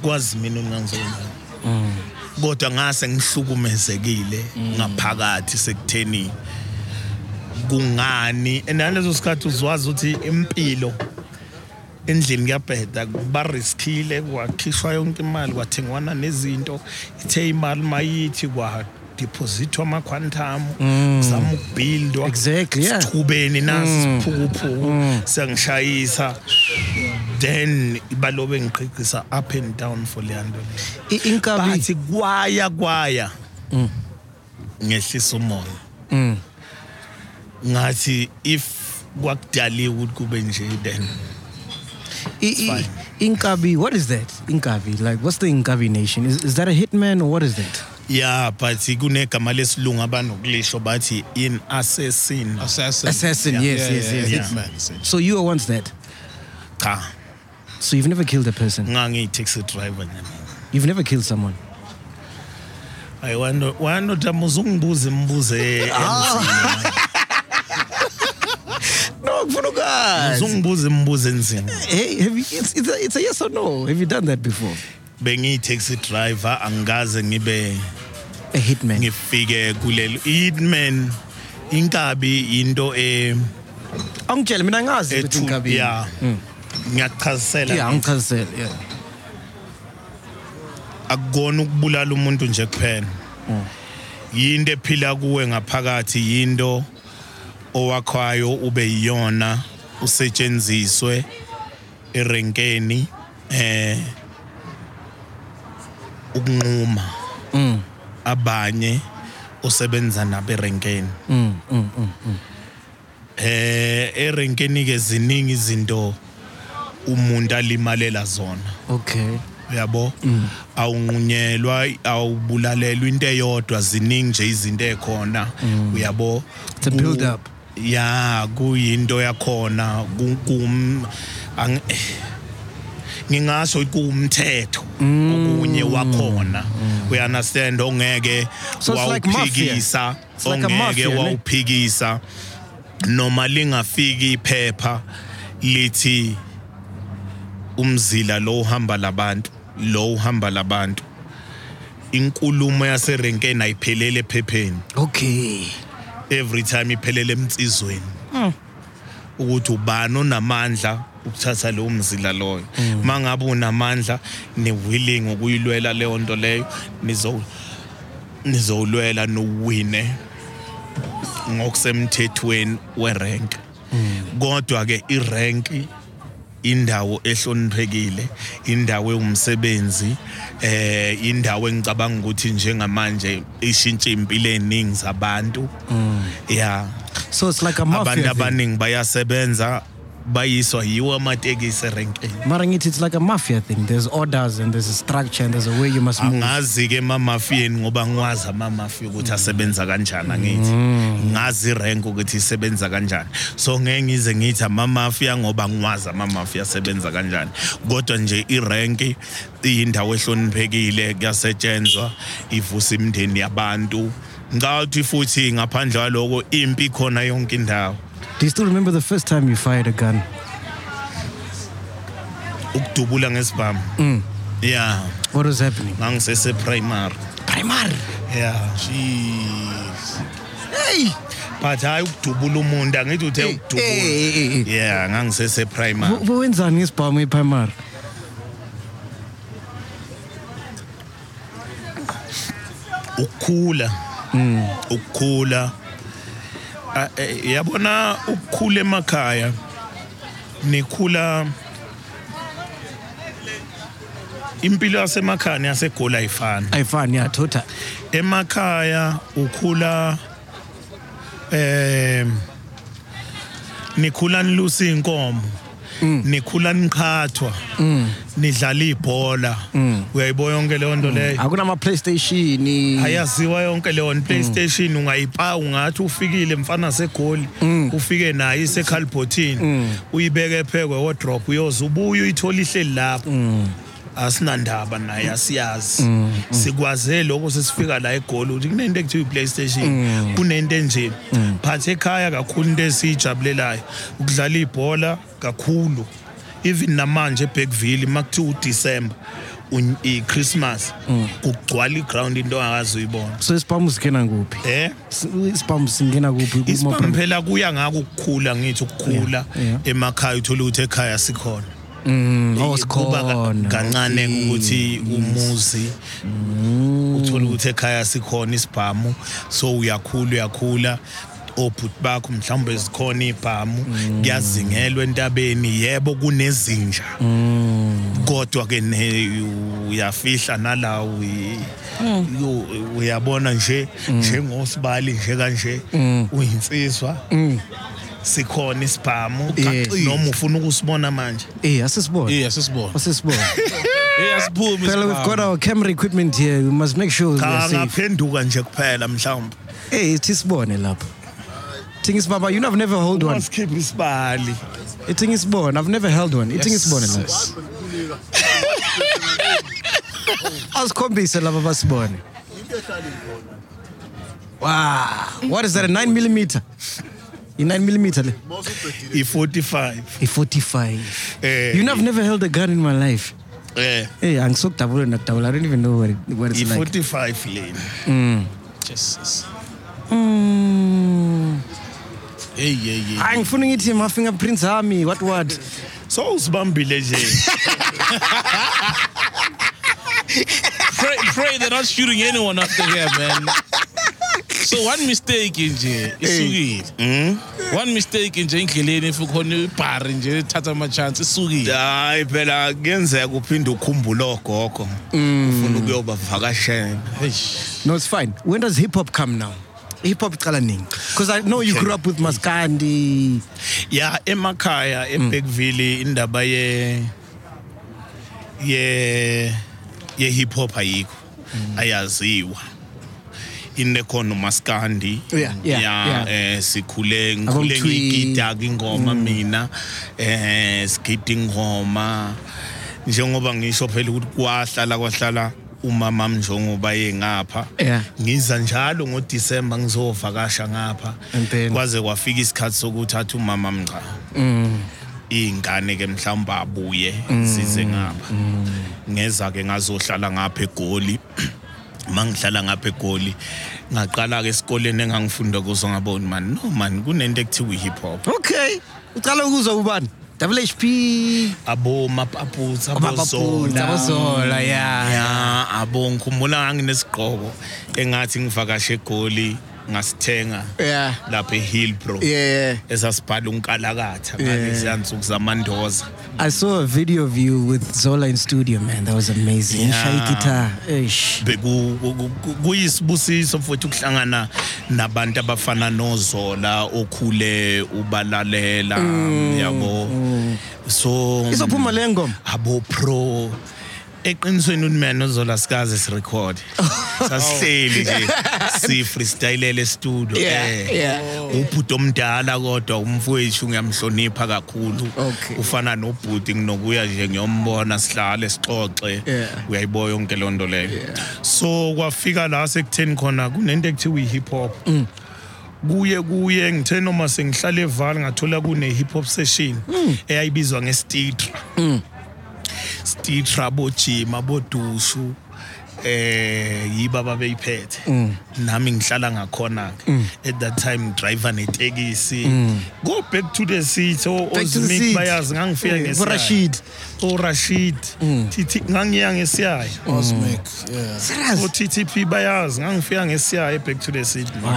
kwazi mina ungangizoyenza kodwa ngase ngihlukumezekile
Mm.
ngaphakathi sekutheni kungani andalezo sikhathi uzwazi ukuthi impilo endlini kuyabheda bariskile kwakhishwa yonke imali kwathengwana nezinto ithe imali mayithi kwadeposithwa amakhwantamu kuzama ukubhildwa
Mm. Exactly, yeah. Mm.
sithubeni nasi siphukuphuku siyangishayisa then balobe ngiqhiqisa up and down for leyanto le
I- inkabi
bathi kwaya kwaya ngehlisa umoya ngathi if kwakudaliwe ukuthi kube nje then
i- i- inkabi what is that inkabi like what's the inkabi nation is, is that a hitman or what is that
ya but kunegama lesilungu abanokulisho bathi in assassin
Assassin.
assassin
Yeah,
yes
yeah,
yes
yeah,
yes
yeah.
Hitman, essentially.
so you were once that
cha
so you've never killed a person
ngangiyi taxi driver nami
you've never killed someone
ayi wando wando tamuza ungibuze imibuze enzima
no ngifuna ukazi.
uzungibuze imibuze enzima
Hey, have you, it's, it's, a, it's a yes or no. Have you done that before?
bengiyi taxi driver angikaze ngibe
A hitman.
ngifike kulelo hitman inkabi into eh
Angitshele mina angazi ukuthi
ethu
inkabi.
ya
Yeah,
ngiyachazisela
angichazisele. Yeah.
akukona ukubulala umuntu nje kuphela yinto ephila kuwe ngaphakathi yinto owakhwayo ube yiyona usetshenziswe erenkeni eh ukunquma abanye osebenza nabo erenkeni eh erenkeni ke ziningi izinto umuntu alimalela zona
okay
uyabo
Mm.
awunqunyelwa awubulalelwa into eyodwa ziningi nje izinto ekhona uyabo
Mm. It's a build
Ku-
up.
ya kuyinto yakhona ku- kum ang- ngingasho kuumthetho
Mm.
okunye wakhona we understand ongeke
So it's like mafia.
wawuphikisa
It's like a
ongeke
mafia, ne?
wawuphikisa noma lingafiki iphepha lithi umzila lo uhamba labantu lo uhamba labantu inkulumo yaserenkeni ayiphelele ephepheni
okay
every time iphelele emtsizweni ukuthi ubani onamandla ukuthatha lowo mzila loyo uma ngabe unamandla ni-willing ukuyilwela leyo nto leyo nizo- nizowulwela niwine ngokusemthethweni werank kodwa-ke iranki indawo ehloniphekile indawo ewumsebenzi eh indawo engicabanga ukuthi njengamanje ishintshe impilo eziningi zabantu yeah
so it's like a
abantu
mafia thing.
abaningi bayasebenza bayiswa yiwo amatekisi erenkeni
mara ngithi it's like a mafia thing there's orders and there's a structure and there's a way you must move
angazi-ke emamafiyeni ngoba ngiwazi amamafiya ukuthi asebenza kanjani angithi ngazi irenk ukuthi isebenza kanjani so ngeke ngize ngithi amamafiya ngoba ngiwazi amamafiya asebenza kanjani kodwa nje irenki iyindawo ehloniphekile kuyasetshenzwa ivusa imindeni yabantu ngawuthi futhi ngaphandle kwaloko impi khona yonke indawo
do you still remember the first time you fired a gun
ukudubula ngesibhamu ya
what was happening
ngangiseseprimary
primary
ya
Jeez.
hey
but hhayi ukudubula umuntu angithi uthe
Hey, hey, hey, hey.
ukudubula ya ngangiseseprimary
bowenzani ngesibhamu eprimary
ukukhula ukukhula Ah, eh, yabona ukukhula emakhaya nikhula impilo yasemakhaya neyasegola ayifani
ayifani yeah total
emakhaya ukhula em nikhula nilusa inkomo nikhula niqhathwa nidlala ibhola uyayiboya yonke leyo nto
Mm.
leyo
akunama-playstation
ayaziwa yonke leyo nto playstation ungayipa ungathi ufikile mfana segoli ufike naye isekhalibhotini uyibeke phekwe wodrop uyoze ubuye uyithole ihleli lapho asinandaba naye asiyazi
Mm,
sikwaze lokho sesifika la egoli ukuthi kunento ekuthiwa i-playstation
Mm.
kunento enje phansi ekhaya kakhulu into esiyijabulelayo ukudlala ibhola kakhulu even namanje ebhekville uma kuthiwa udisemba un- i-christmas
Mm.
kugcwala iground into angakazi uyibona
so isibhamu singena kuphi
eh
S- isibhamu singena kuphi kuma-
isibam phela kuya ngako ukukhula ngithi ukukhula
Yeah, yeah.
emakhaya uthole ukuthi ekhaya sikhona
Mm, oh,
Kuba ka-
sikhona.
kancane
Mm.
ukuthi umuzi uthole ukuthi ekhaya sikhona isibhamu so uyakhula uyakhula obhuti bakho mhlawumbe zikhona ibhamu
Mm.
kuyazingelwa entabeni yebo kunezinja
Mm.
kodwa ke ne- uyafihla nala uyi-
Mm.
yo- uyabona nje njengosibali nje kanje
Mm.
uyinsizwa sikhona isibhamu
Yes.
Kaxi- noma ufuna ukusibona manje
Eh, asisibone
Yeah,
Oh,
sasibona.
asisibone
Eh,
Yeah, sasiphuma
phela we've got
isibhamu.
our camera equipment here we must make sure we're safe
angaphenduka nje kuphela mhlawumbe
eh ithi sibone lapho thing isibaba you know i've never held one Eh,
masikhipha isibali
ithing isibone i've never held one Eh, ithing
Yes,
isibone la
yes.
asikhombise laba basibone wow what is that a 9 millimeter i-9 millimeter le
i-45
i-45
Eh,
you know i've never held a gun in my life
eh
Eh, angisokudabula nakudabula i don't even know what, it, what it's like
i-45 leni
Jesus.
Mm.
Hey, yeah, yeah.
hayi ngifuna ngithi ma-fingerprints ami what what
so usibambile nje
pray, pray they're not shooting anyone after here, man. So one mistake nje isukile. One mistake nje endleleni if ukhona ibhari nje thatha ama chance isukile.
hayi phela kuyenzeka uphinde ukhumbule ogogo ufuna ukuyobavakashela
Eish.
no it's fine when does hip hop come now hip hop icala nini because i know you grew up with maskandi
ya emakhaya
Mm.
eBackville indaba ye ye ye hip hop ayikho
Mm.
ayaziwa inekhono maskandi
Oh, Yeah, yeah, yeah. Mm.
eh sikhule
Abomtwi.
ngikhule ngigida ingoma mina eh sigida ingoma njengoba ngisho phela ukuthi kwahlala kwahlala umama mjongoba yengapha
Yeah.
ngiza njalo ngoDisemba ngizovakasha ngapha
Empela.
kwaze kwafika isikhathi sokuthatha umama mnca iy'ngane ke mhlawumbe abuye zize ngapha ngeza ke ngazohlala ngapha egoli mangihlala ngapha egoli ngaqala ke esikoleni engangifunda kuzo ngaboni man no man kunento ekuthiwa i-hip hop
okay ucala ukuzwa ubani double hp
abomapaputsi
Omapapuza, abozola ya
ya abo ngikhumbula nganginesigqoko engathi ngivakashe egoli ngasithenga
ya
lapha ehillbro
yeah
esasibhala unkalakatha
Yeah.
ngaleziyansuku zamandoza
i saw a video of you with zola in studio man that was amazing
Yeah.
shaya guitar eish
beku- ku- ku- ku- kuyisibusiso futhi ukuhlangana nabantu abafana nozola okhule ubalalela yabo so
Mm.
mm,
izophuma le ngoma
abo pro eqinisweni unimene uzola sikaze sirekhode sasihleli nje sifreestylele estudio eh.
Yeah, yeah.
ubhuti omdala kodwa umfowethu ngiyamhlonipha kakhulu
Okay.
ufana nobhuti nginokuya nje ngiyombona sihlale sixoxe
Yeah.
uyayiboya yonke loo nto leyo so kwafika la sekutheni khona kunento ekuthiwa i-hip hop kuye kuye ngithe noma sengihlala evali ngathola kune-hip hop session
Hmm.
eyayibizwa nge-stitra stitra bojima bodushu eh yiba babeyiphethe
Hmm.
nami ngihlala ngakhona ke at that time driver netekisi go back to the seat o-
Hmm. Back to the
ozimik
seat.
bayazi ngangifika
Eh,
ngesiyaya
uRashid. Hmm.
orashid thithi ngangiya ngesiyaya
Osmic. Yeah.
serious
o-ttp bayazi ngangifika ngesiyaya e-back to the seat
wow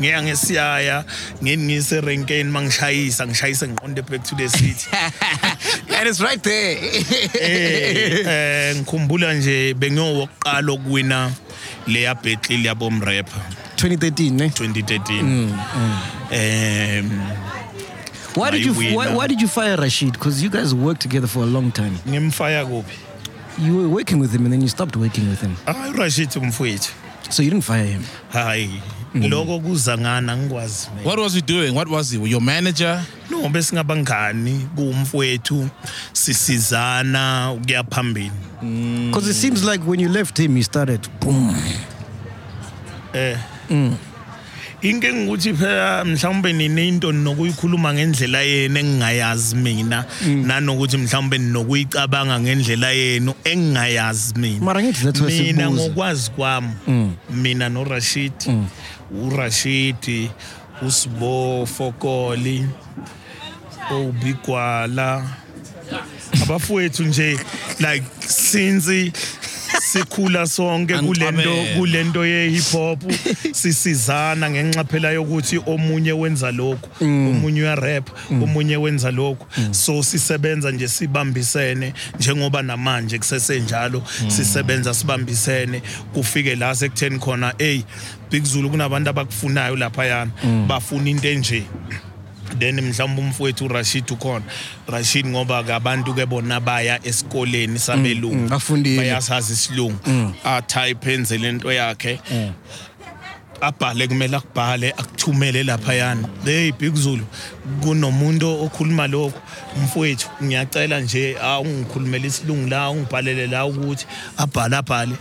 ngiya ngesiyaya ngiserenkeni mangishayisa ngishayise ngiqonde back to the city
and it's right there
Eh, eh ngikhumbula nje bengiyowokuqala okuwina leya battle yabomrapper
2013 ne
2013 eh
why did you
Ayiwina.
why, why did you fire rashid because you guys worked together for a long time
ngimfaya kuphi
you were working with him and then you stopped working with him
hayi urashid umfowethu
so you didn't fire him
hayi lokho kuza ngana ngikwazi mina.
What was he doing? What was he? Your manager?
no besingabangani kuumfowethu sisizana ukuya phambili
because Mm. it seems like when you left him you started boom
Eh. inkinga ukuthi Mm. phela mhlawumbe ninento nokuyikhuluma ngendlela yenu engingayazi mina nanokuthi mhlawumbe nokuyicabanga ngendlela yenu engingayazi mina
Mara ngithi that's why
mina
sibuza.
ngokwazi kwami mina noRashid uRashid uSbo Fokoli obigwala abafowethu nje like since sikhula sonke kulento
Angicabele.
kulento ye hip hop sisizana ngenxa phela yokuthi omunye wenza lokhu omunye uya rap omunye wenza lokhu so sisebenza nje sibambisene njengoba namanje kusesenjalo sisebenza sibambisene kufike la sekutheni khona hey Big Zulu kunabantu abakufunayo lapha yana bafuna into enje then mhlawumbe umfowethu uRashid ukhona Rashid ngoba ke abantu ke bona baya esikoleni
mm,
sabelungu
bafundile. Mm.
bayasazi isilungu atype enze lento yakhe abhale kumele akubhale akuthumele laphayana hey big zulu kunomuntu okhuluma lokho mfowethu ngiyacela nje awungikhulumele isilungu la ungibhalele la ukuthi abhale abhale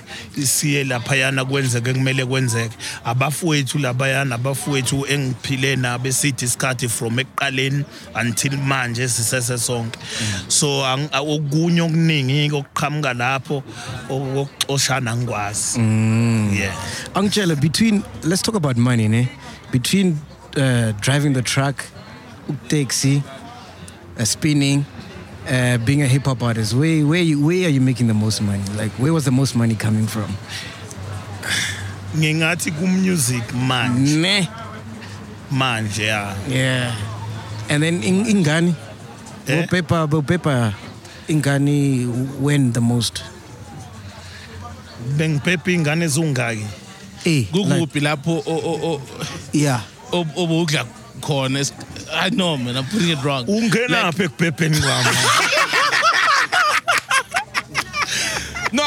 siye laphayana kwenzeke kumele kwenzeke abafowethu labayana abafowethu engiphile nabo esithi isikhathi from ekuqaleni until manje sisese sonke so ang- a- okunye okuningi okuqhamuka lapho okuxoshana ngikwazi yeah
Angela, between let's talk about money, ne? Between uh, driving the truck, taxi, uh, spinning, uh, being a hip hop artist, where where you, where are you making the most money? Like where was the most money coming from?
ngingathi ku-music manje
Meh.
manje ya
Yeah. And then in Ingani,
Eh?
eh? paper, paper, Ingani when the most.
bengiphephe iy'ngane ezungaki
Eh,
kukuphi lapho o- o-
yeah
o- ob- obowudla khona es- i know man i'm putting it wrong
ungenaphi ekubhebheni kwami
no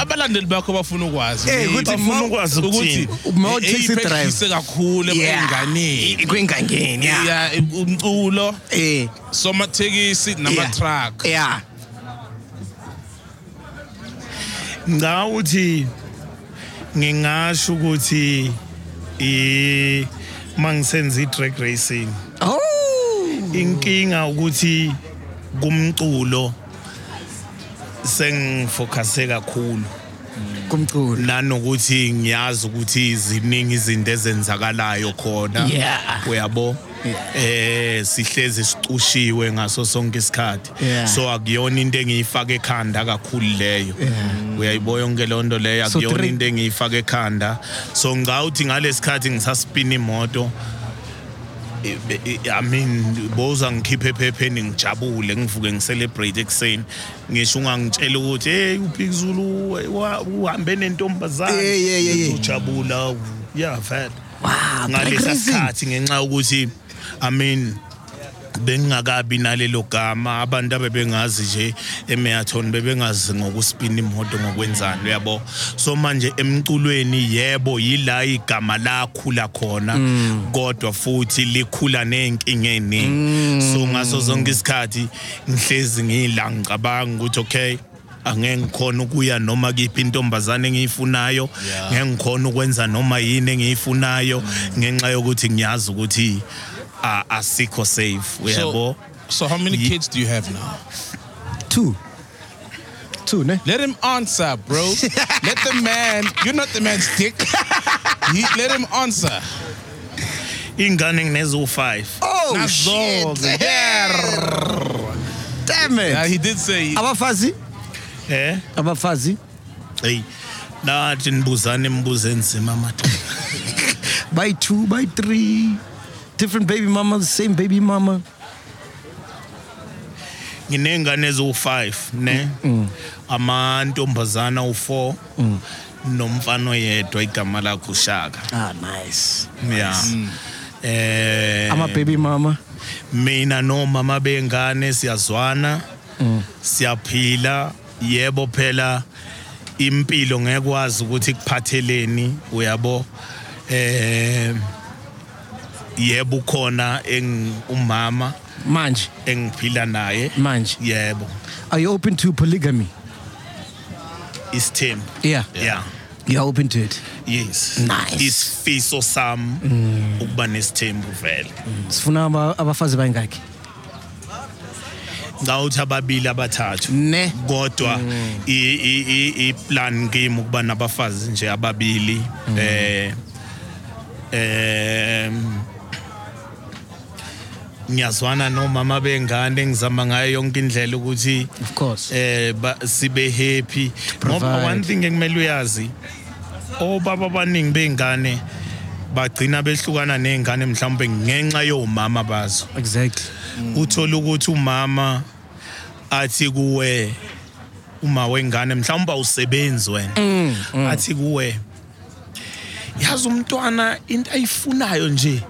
abalandeli bakho bafuna ukwazi
Eh,
Maybe
ukuthi
bafuna
ma-
ukwazi
ukuthi
ma u-taxi
eh,
driver-
iphekise kakhulu
Yeah.
enganeni
kwingangeni yeah
ya umculo
eh
somathekisi nama-truck
yeah
ngicawa ukuthi ngingasho ukuthi i mangisenza i-drag racing
oh
inkinga ukuthi kumculo sengifocuse kakhulu
kumculo
nanokuthi ngiyazi ukuthi ziningi izinto ezenzakalayo khona
Yeah.
uyabo eh sihlezi sicushiwe ngaso sonke isikhathi
Yeah.
so akuyona into engiyifaka ekhanda kakhulu leyo uyayiboya yonke leyo nto leyo
So
akuyona
three-
into engiyifaka ekhanda so ngawuthi ngalesikhathi ngisaspina imoto i- i- I mean boza ngikhiphe ephepheni ngijabule ngivuke ngicelebrate ekuseni ngisho ungangitshela ukuthi hey uphikizulu uhambe
Eh, yeah, yeah, yeah.
nentombazane ujabula yeah vele
wow
ngalesa
pregnancy.
sikhathi ngenxa yokuthi i mean bengingakabi nalelo gama abantu abebengazi nje emarathon bebengazi ngokuspina imoto ngokwenzani uyabo so manje emculweni yebo yila igama lakhula khona kodwa futhi likhula nenkinga eningi so ngaso zonke isikhathi ngihlezi ngila ngicabanga ukuthi okay angeke ngikhona ukuya noma kiphi intombazane engiyifunayo ngeke ngikhona ukwenza noma yini engiyifunayo ngenxa yokuthi ngiyazi ukuthi a- asikho safe
so,
uyabo
so how many
Ye-
kids do you have now
two two ne
Let him answer, bro. let the man. You're not the man's dick. he, let him answer.
ingane nginezo-five
oh
Nazo-
shit Yeah. damn
Yeah,
it
he did say.
abafazi
eh
abafazi
eyi nathi nibuzane imibuzo enzima madoda
by two by three different baby mama the same baby mama
nginey'ngane eziwu-five ne amantombazana u-four nomfana oyedwa igama lakhe ushaka
ah nice
ya eh
i'm a baby mama
mina nomama bengane siyazwana siyaphila yebo phela impilo ngekwazi ukuthi kuphatheleni uyabo eh yebo khona eng umama
manje
engiphila naye
manje
yebo
are you open to polygamy
isithembu
yeah
yeah
you're open to it
yes
Nice.
isifiso sami ukuba nesithembu vele
sifuna aba- abafazi bayingakhi
ngawuthi ababili abathathu
ne
kodwa i- i- i- i-plan game ukuba nabafazi nje ababili eh eh ngiyazwana nomama bengane engizama ngayo yonke indlela ukuthi
of course
eh ba- sibe happy
provide.
ngoba one thing ekumele uyazi obaba abaningi bengane bagcina behlukana nezingane mhlawumbe ngenxa yomama bazo
exactly
uthola ukuthi umama athi kuwe uma wengane mhlawumbe awusebenzi wena athi kuwe yazi umntwana into ayifunayo nje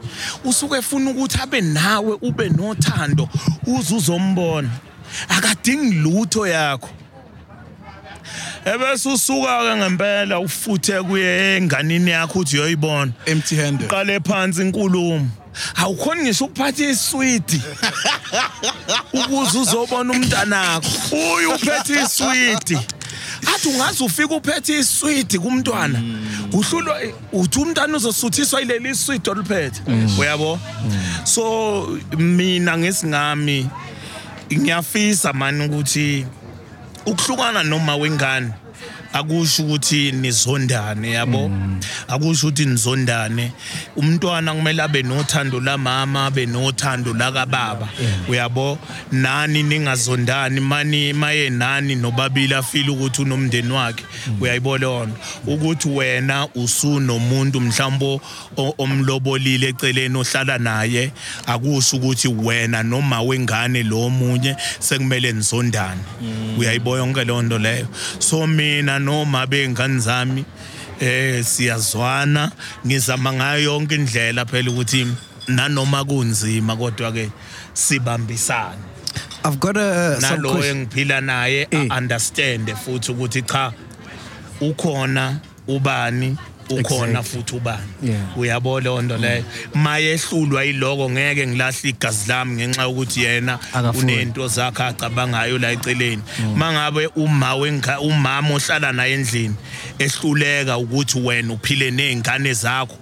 usuke efuna ukuthi abe nawe ube nothando uze uzombona akadingi lutho yakho ebese usuka-ke ngempela ufuthe kuye enganini yakho uthi uyoyibona
Empty handed.
uqale phansi inkulumo awukhoni ngisho ukuphatha iswidi ukuze uzobona umntanakho uyu uphethe iswidi athi ungaze ufike uphethe iswidi kumntwana kuhlulwa uthi umntwana uzosuthiswa yileli iswidi oluphethe uyabo so mina ngesingami ngiyafisa mani ukuthi ukuhlukana noma wengane akusho ukuthi nizondane yabo akusho ukuthi nizondane umntwana kumele abe nothando lamama abe nothando lakababa uyabo nani ningazondani mani maye nani nobabili afile ukuthi unomndeni wakhe uyayibona yona ukuthi wena usunomuntu mhlawumbe o- omlobolile eceleni ohlala naye akusho ukuthi wena noma wengane lo munye sekumele nizondane uyayiboya yonke leyo nto leyo so mina noma bey'ngane zami eh siyazwana ngizama ngayo yonke indlela phela ukuthi nanoma kunzima kodwa ke sibambisane
I've got a some
nalo
question.
engiphila naye
Eh.
understand futhi ukuthi cha ukhona ubani ukhona
Exactly.
futhi ubani
Yeah. Mm.
uyabo le nto leyo mayehlulwa yiloko ngeke ngilahle igazi lami ngenxa yokuthi yena
Akafuni.
unento zakhe acabangayo la eceleni mangabe uma wengka umama ohlala naye endlini ehluleka ukuthi wena uphile nezingane zakho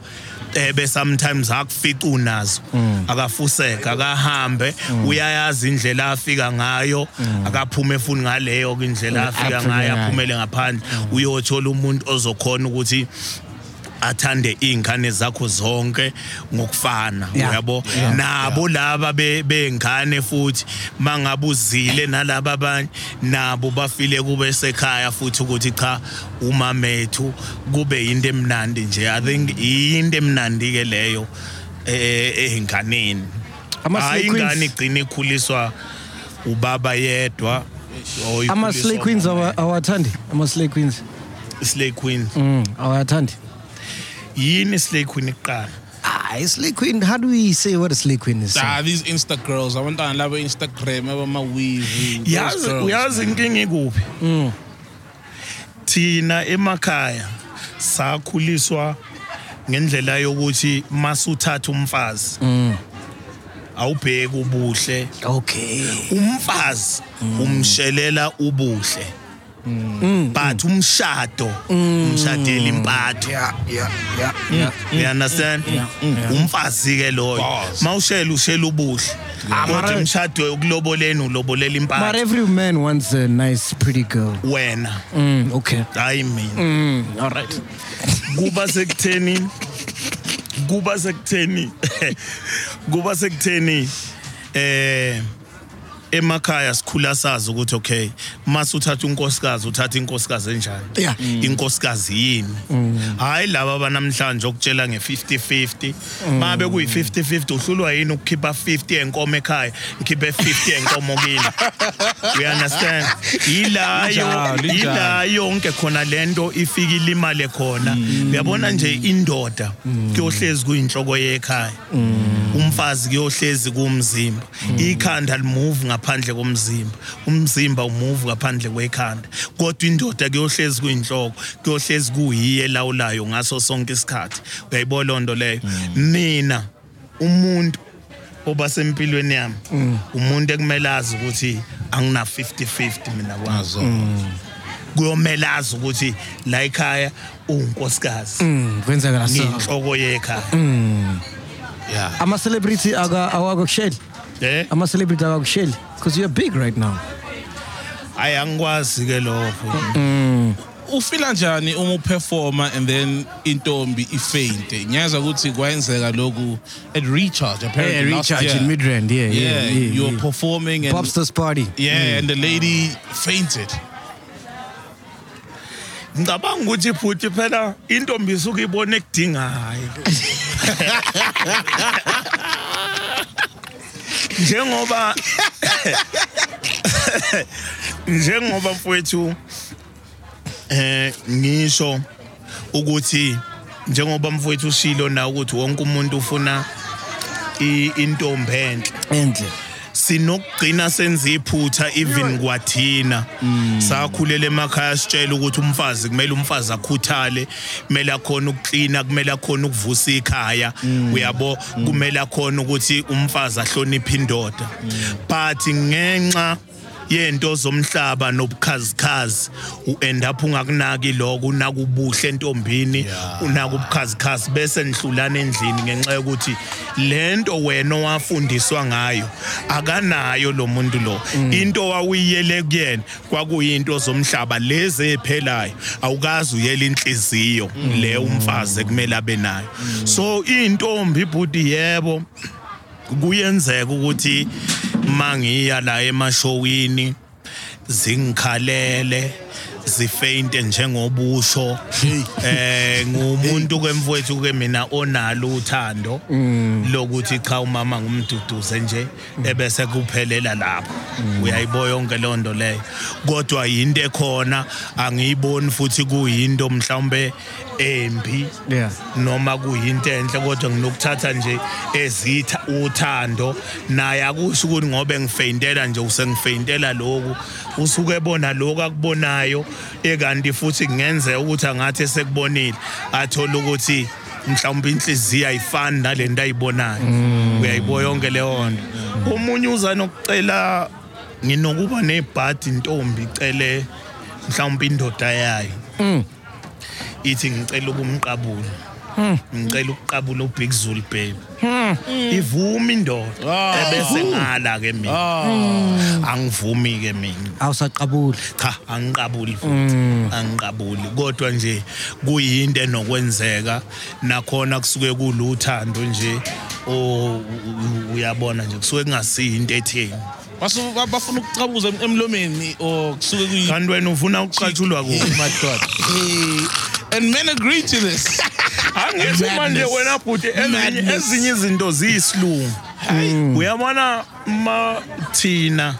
ebe sometimes akufica unazo
Mm.
akafuseka akahambe uyayazi indlela afika ngayo akaphume futhi ngaleyo ke indlela afika
Mm. Eh, Aphume
ngayo
ngayo. Mm.
aphumele ngaphandle uyothola umuntu ozokhona ukuthi athande iy'ngane zakho zonke ngokufana
Yeah.
uyabo
Yeah.
nabo laba be- bey'ngane futhi mangabuzile nalaba abanye nabo bafile kube sekhaya futhi ukuthi cha umamethu kube yinto emnandi nje i think yinto emnandi-ke leyo eh, ey'nganeni
Ama
hayi
Slay
ingane
Queens-
igcine ikhuliswa ubaba yedwa or ikhuliswa
ama-slay queens
umama.
awa- awathandi ama-slay queens
slay queen
mm, awathandi
yini slay queen iqala
ah, i-slay queen how do we say what a slay queen is
Ah, these Insta girls. abantwana laba instagram abama-weave
yazi uyazi inkinga ikuphi thina emakhaya sakhuliswa ngendlela yokuthi masuthatha umfazi awubheki ubuhle
Ah. okay
umfazi umshelela ubuhle but umshado umshadela impatho you understand umfazi ke loyo
Boss.
mawushela ushela ubuhle kodwa
mara-
umshado yokuloboleni ulobolela
but
impatho
every man wants a nice pretty girl
wena
mm, okay
hayi mina
mm, all right
kuba sekutheni kuba sekutheni kuba sekutheni eh emakhaya sikhula sazi ukuthi okay mase uthatha unkosikazi uthatha inkosikazi enjani Mm.
Yeah.
inkosikazi yini hayi laba banamhlanje okutshela nge50 50 mabe kuyi50 50 uhlulwa yini ukukhipha 50 enkomo ekhaya ngikhiphe 50 enkomo kini we understand yilayo
Injalo, injalo.
yilayo la yonke khona lento ifika ilimale khona uyabona nje indoda kuyohlezi kuyinhloko yekhaya umfazi kuyohlezi kumzimba ikhanda limuvi ngaphandle komzimba umzimba umuvi ngaphandle kwekhanda kodwa indoda kuyohlezi kuyinhloko kuyohlezi kuyiye elawulayo ngaso sonke isikhathi uyayibona loo nto leyo mina umuntu oba sempilweni yami umuntu ekumele azi ukuthi angina 50-50 mina kwazo
Mm.
kuyomele azi ukuthi la ekhaya uwunkosikazi
mm, kwenzakala so
ngiyinhloko yekhaya ya
ama-celebrity aka- awakusheli
eh
ama-celebrity awakusheli because you're big right now
hayi angikwazi-ke lokho
ufila njani uma uperforma and then intombi ifeinte ngiyaza ukuthi kwayenzeka lokhu at recharge apparently last year.
midrand yeah
yeah, Mm. you're performing and
Popsters party
yeah and the lady fainted
ngicabanga ukuthi futhi phela intombi isuke ibone ekudingayo njengoba njengoba mfowethu eh ngisho ukuthi njengoba mfowethu ushilo na ukuthi wonke umuntu ufuna i- intombi enhle
enhle
sinokugcina senza iphutha even kwathina sakhulela emakhaya sitshela ukuthi umfazi kumele umfazi akhuthale kumele akhona ukuklina kumele akhona ukuvusa ikhaya uyabo kumele akhona ukuthi umfazi ahloniphe indoda but ngenxa yento zomhlaba nobukhazikhazi uend up ungakunaki lokho unaka ubuhle entombini unaka ubukhazikhazi bese nihlulana endlini ngenxa yokuthi lento wena owafundiswa ngayo akanayo lo muntu lo into wawuyele kuyena kwakuyinto zomhlaba lezi ephelayo awukazi uyela inhliziyo le umfazi kumele abe nayo so intombi ibhudi yebo kuyenzeka ukuthi mangiya la emashowini zingikhalele zifeinte njengobusho eh ngumuntu kwemfowethu ke mina onalo uthando lokuthi cha umama ngumduduze nje ebese kuphelela lapho uyayibo yonke lonto leyo kodwa yinto ekhona angiyiboni futhi kuyinto mhlawumbe embi
Yeah.
noma kuyinto enhle kodwa nginokuthatha nje ezitha uthando naye akusho ukuthi ngobe ngifeyintela nje usengifeyintela lokhu usuke ebona lokhu akubonayo ekanti futhi kungenzeka ukuthi angathi esekubonile athole ukuthi mhlawumbe inhliziyo ayifani nale nto ayibonayo uyayibo yonke leyo nto omunye uza nokucela nginokuba nebhadi intombi icele mhlawumbe indoda yayo ithi ngicela ukumqabula ngicela ukuqabula ubig zulu baby ivume indoda
Ah.
ebese ngala ke mina Hmm. angivumi ke mina
awusaqabuli
cha angiqabuli futhi angiqabuli kodwa nje kuyinto enokwenzeka nakhona kusuke kuluthando nje o u- u- uyabona nje kusuke kungasiyinto etheni
Basu- ba- bafuna ukucabuza em- emlomeni or kusuke kuyi
kanti wena ufuna ukuqathulwa kuphi
madoda Eh, and men agree to this
angithi manje
Madness.
wena bhuti ezinye
Madness.
ezinye izinto ziyisilungu Hmm. uyabona ma thina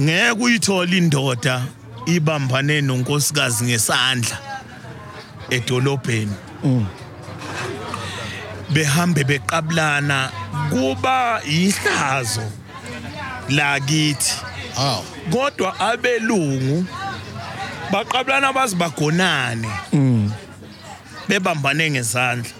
ngeke uyithola indoda ibambane nonkosikazi ngesandla edolobheni
Hmm.
behambe beqabulana kuba yihlazo lakithi
oh
kodwa abelungu baqabulana bazi bagonane
Mm.
bebambane ngezandla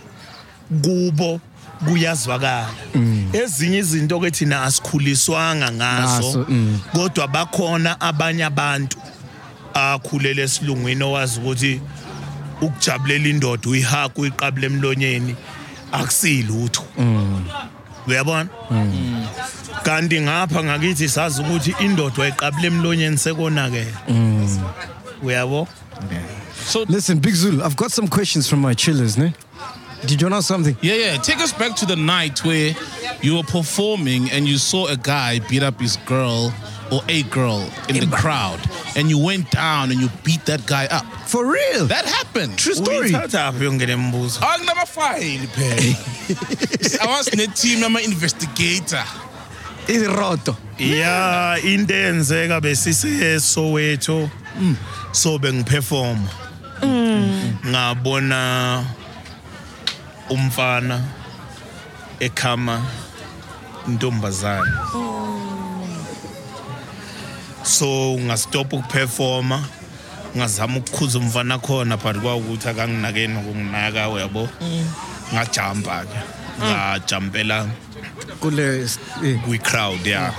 kubo kuyazwakala
Mm.
ezinye izinto ke thina asikhuliswanga ngazo
Ngaso, mm.
kodwa bakhona abanye abantu akhulela esilungwini owazi ukuthi ukujabulela indoda uyihaga uyiqabule emlonyeni akusilutho
Mm.
uyabona kanti ngapha ngakithi sazi ukuthi indoda wayiqabule emlonyeni sekonakele uyabo
so
Listen, Big Zulu, I've got some questions from my chillers, ne? Did you know something?
yeah yeah take us back to the night where you were performing and you saw a guy beat up his girl or a girl in the crowd and you went down and you beat that guy up
For real?
that happened
True story.
uyithathaphi yonke le mbuzo
akunamafayili Ah, phela awasineteam yama-investigator
Iroto.
ya into eyenzeka besisesowetho Mm. so bengiperforma ngabona umfana ekhama intombazane so ngastop ukuperforma ngazama ukukhuza umfana khona but kwawukuthi akanginake nokunginaka uyabo ngajampa ke ngajampela
Kule eh,
kwi crowd ya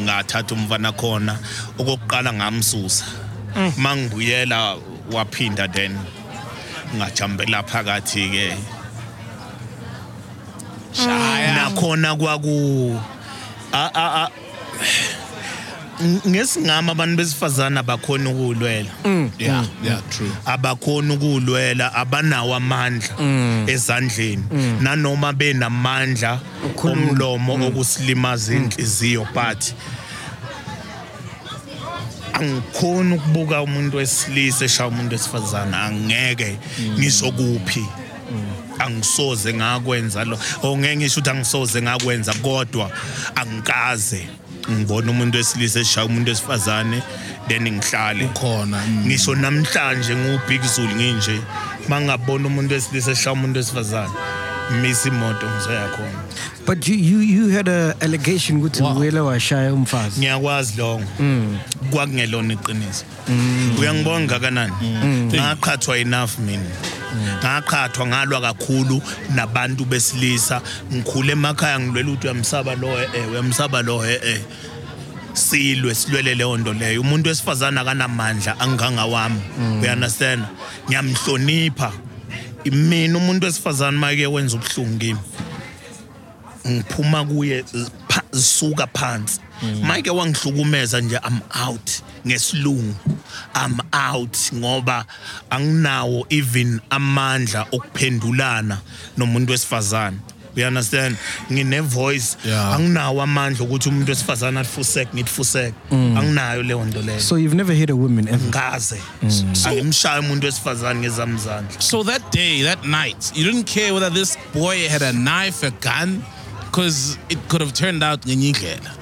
ngathatha umfana khona okokuqala ngamsusa mangibuyela waphinda then ngajampela phakathi ke shaya nakhona kwaku a a a ngesingama abantu besifazana bakhona ukulwela
yeah yeah true
abakhona ukulwela abanawo amandla ezandleni nanoma benamandla
Ukhuluma.
omlomo okusilimaza inhliziyo but angikhoni ukubuka umuntu wesilisa eshaya umuntu wesifazane angeke ngisho kuphi angisoze ngakwenza lo ongeke ngisho ukuthi angisoze ngakwenza kodwa angikaze ngibona umuntu wesilisa eshaya umuntu wesifazane then ngihlale
khona mm.
ngisho namhlanje ngu-big zulu nginje mangabona umuntu wesilisa eshaya umuntu wesifazane miss imoto ngizoya khona
but you you you had a allegation ukuthi
Wow.
uwele washaya umfazi.
ngiyakwazi lokho kwakungelona iqiniso uyangibona ngakanani ngaqhathwa enough mina ngaqhathwa ngalwa kakhulu nabantu besilisa ngikhule emakhaya ngilwela ukuthi uyamsaba lo eh uyamsaba lo eh silwe silwele leyo nto leyo umuntu wesifazane akanamandla angangawami uyanderstand ngiyamhlonipha mina umuntu wesifazane make wenza ubuhlungu kimi ngiphuma kuye pha- suka phansi mike wangihlukumeza nje i'm out ngesilungu i'm out ngoba anginawo even amandla okuphendulana nomuntu wesifazane you understand ngine-voice
Yeah.
anginawo amandla ukuthi umuntu wesifazane atifuseke ngitifuseke anginayo leyo nto leyo
So you've never hit a woman ever?
ngaze angimshaye umuntu wesifazane ngezami zandla
So that day, that night, you didn't care whether this boy had a knife, a gun, because it could have turned out ngenyigela.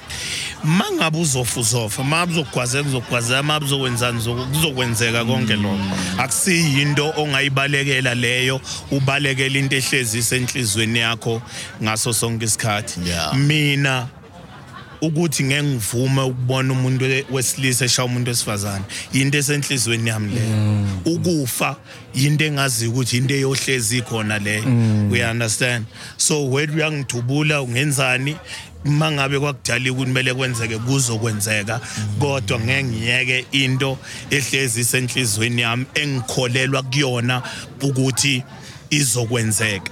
ma ngabe uzofa uzofa ma buzogwazeka kuzogwazeka ma buzokwenzani zoku- kuzokwenzeka konke lokho akusiyinto ongayibalekela leyo ubalekela into ehlezisa enhliziyweni yakho ngaso sonke isikhathi
Yeah.
mina ukuthi ngeke ngivume ukubona umuntu we- wesilisa eshaya umuntu wesifazane yinto esenhliziyweni yami leyo ukufa yinto engaziyo ukuthi into eyohlezi ikhona leyo we understand so whether uyangidubula ungenzani uma ngabe kwakudala ukuthi kumele kwenzeke kuzokwenzeka kodwa ngeke ngiyeke into ehlezi isenhliziyweni yami engikholelwa kuyona ukuthi izokwenzeka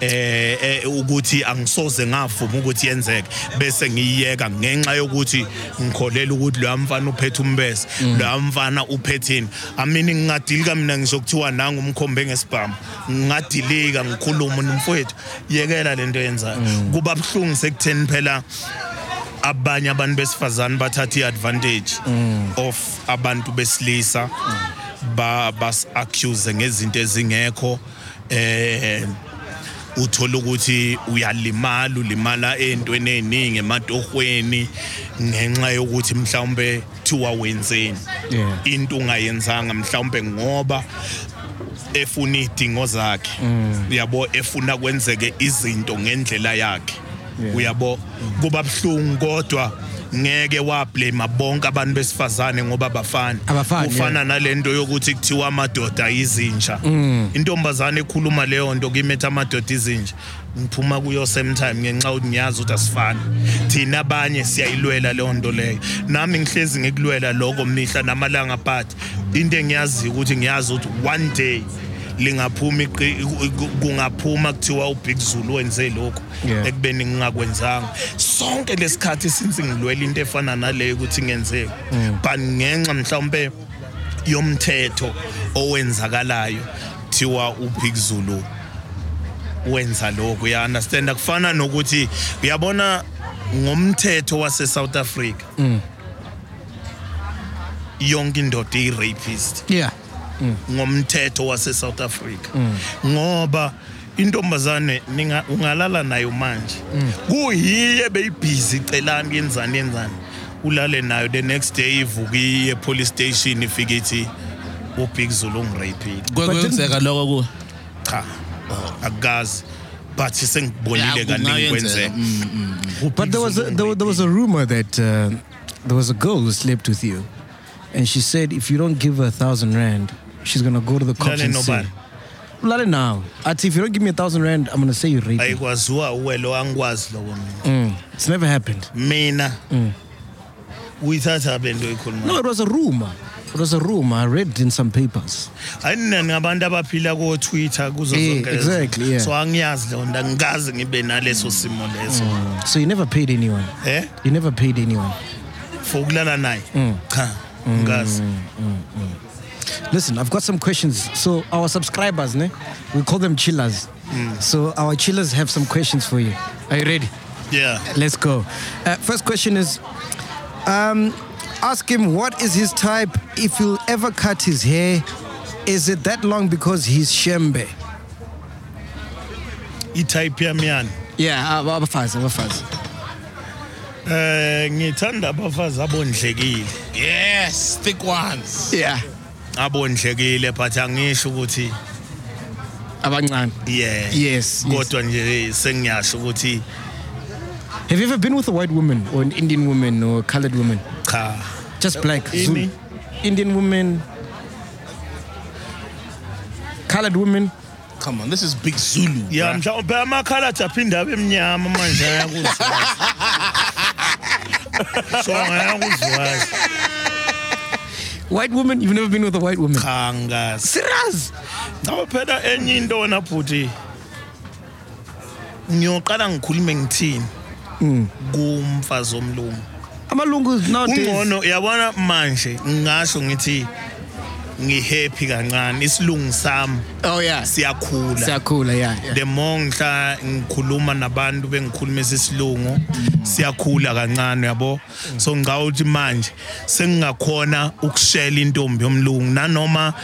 eh eh, ukuthi angisoze ngavuma ukuthi yenzeke bese ngiyiyeka ngenxa yokuthi ngikholela ukuthi lo mfana uphethe umbese lo mfana uphethini amini ngingadilika mina ngisho kuthiwa nangu umkhombe ngesibhamu ngingadilika ngikhuluma nomfowethu yekela lento yenzayo kuba buhlungu sekutheni phela abanye abantu besifazane bathatha iadvantage of abantu besilisa ba bas accuse ngezinto ezingekho eh uthola ukuthi uyalimala ulimala entweni eziningi ematohweni ngenxa yokuthi mhlawumbe thiwa wenzeni
Yeah.
into ungayenzanga mhlawumbe ngoba efuna idingo zakhe uyabo efuna kwenzeke izinto ngendlela yakhe uyabo kuba buhlungu kodwa ngeke wablame bonke abantu besifazane ngoba bafana
Abafani,
kufana nalento yokuthi kuthiwa amadoda izinja intombazane ekhuluma leyo nto kimethe amadoda izinja ngiphuma kuyo same time ngenxa yokuthi ngiyazi ukuthi asifani thina abanye siyayilwela leyo nto leyo nami ngihlezi ngikulwela loko mihla namalanga but into engiyaziyo ukuthi ngiyazi ukuthi one day lingaphuma iqi- ku- ku- kungaphuma kuthiwa ubig zulu wenze lokhu
Yeah.
ekubeni ngingakwenzanga sonke lesikhathi since ngilwela into efana naleyo ukuthi ngenzeki but ngenxa mhlawumbe yomthetho owenzakalayo kuthiwa ubig zulu wenza lokhu ya understand akufana nokuthi uyabona ngomthetho wase South Africa yonke indoda irapist
Yeah.
ngomthetho wase South Africa ngoba intombazane ninga- ungalala nayo manje kuyiye beyibhizi celani yenzani yenzani ulale nayo the next day ivukiye police station ifike ithi ubig zulu ungirapile
Kwekwenzeka lokho ku-
cha akukazi but sengibonile
Yeah,
kaningi
kungayenzeka.
kwenzeka
But there was a, there, wa- there was a rumor that uh, there was a girl who slept with you, and she said if you don't give her a thousand rand, she's gonna go to the cops
Lale
and
nobani?
say. Lale now. Ati, if you don't give me a thousand rand, I'm gonna say you raped. me."
ayikwaziwa uwelo angikwazi loko mina
Mm. It's never happened.
mina uyithatha bento oyikhulumayo
No, it was a rumor. It was a rumor. I read in some papers.
ayinani ngabantu abaphila ko-twitter kuzo
Yeah,
zonke lezo.
exactly, yeah.
so angiyazi leyo nto angikaze ngibe naleso simo leso
Mm. So you never paid anyone.
eh
You never paid anyone.
for ukulala naye
Mm.
cha ngazi
Listen, I've got some questions. So our subscribers, ne? we call them chillers. So our chillers have some questions for you. Are you ready?
yeah
Let's go. Uh, first question is, um, ask him what is his type. If he'll ever cut his hair, is it that long because he's shembe?
i-type yami yani
Yeah, uh, abafazi, abafazi.
um ngithanda abafazi abondlekile
Yes, thick ones.
Yeah,
abondlekile but angisho ukuthi
abancane.
yeah
Yes, yes.
kodwa nje sengiyasho ukuthi
Have you ever been with a white woman or an Indian woman or a colored woman?
cha
Just black.
Ini?
Zulu. Indian woman. Colored woman.
Come on, this is big Zulu.
ya
bruh.
mhlawumbe amakhaladi aphinde abe mnyama manje ayakuzwazi so ngayakuzwazi
White woman? You've never been with a white woman?
cha ngazi
Siraz!
Ngabo phela enye into wena bhuti. Ngiyoqala ngikhulume ngithini? Kumfazi omlungu.
Amalungu nowadays.
Ungcono yabona manje ngasho ngithi ngihappy kancane isilungu sami
Oh yeah.
siyakhula
Siyakhula yeah. yeah.
the more ngihla ngikhuluma nabantu bengikhulumisa isilungu siyakhula kancane yabo so ngicawa ukuthi manje sengingakhona ukushela intombi yomlungu nanoma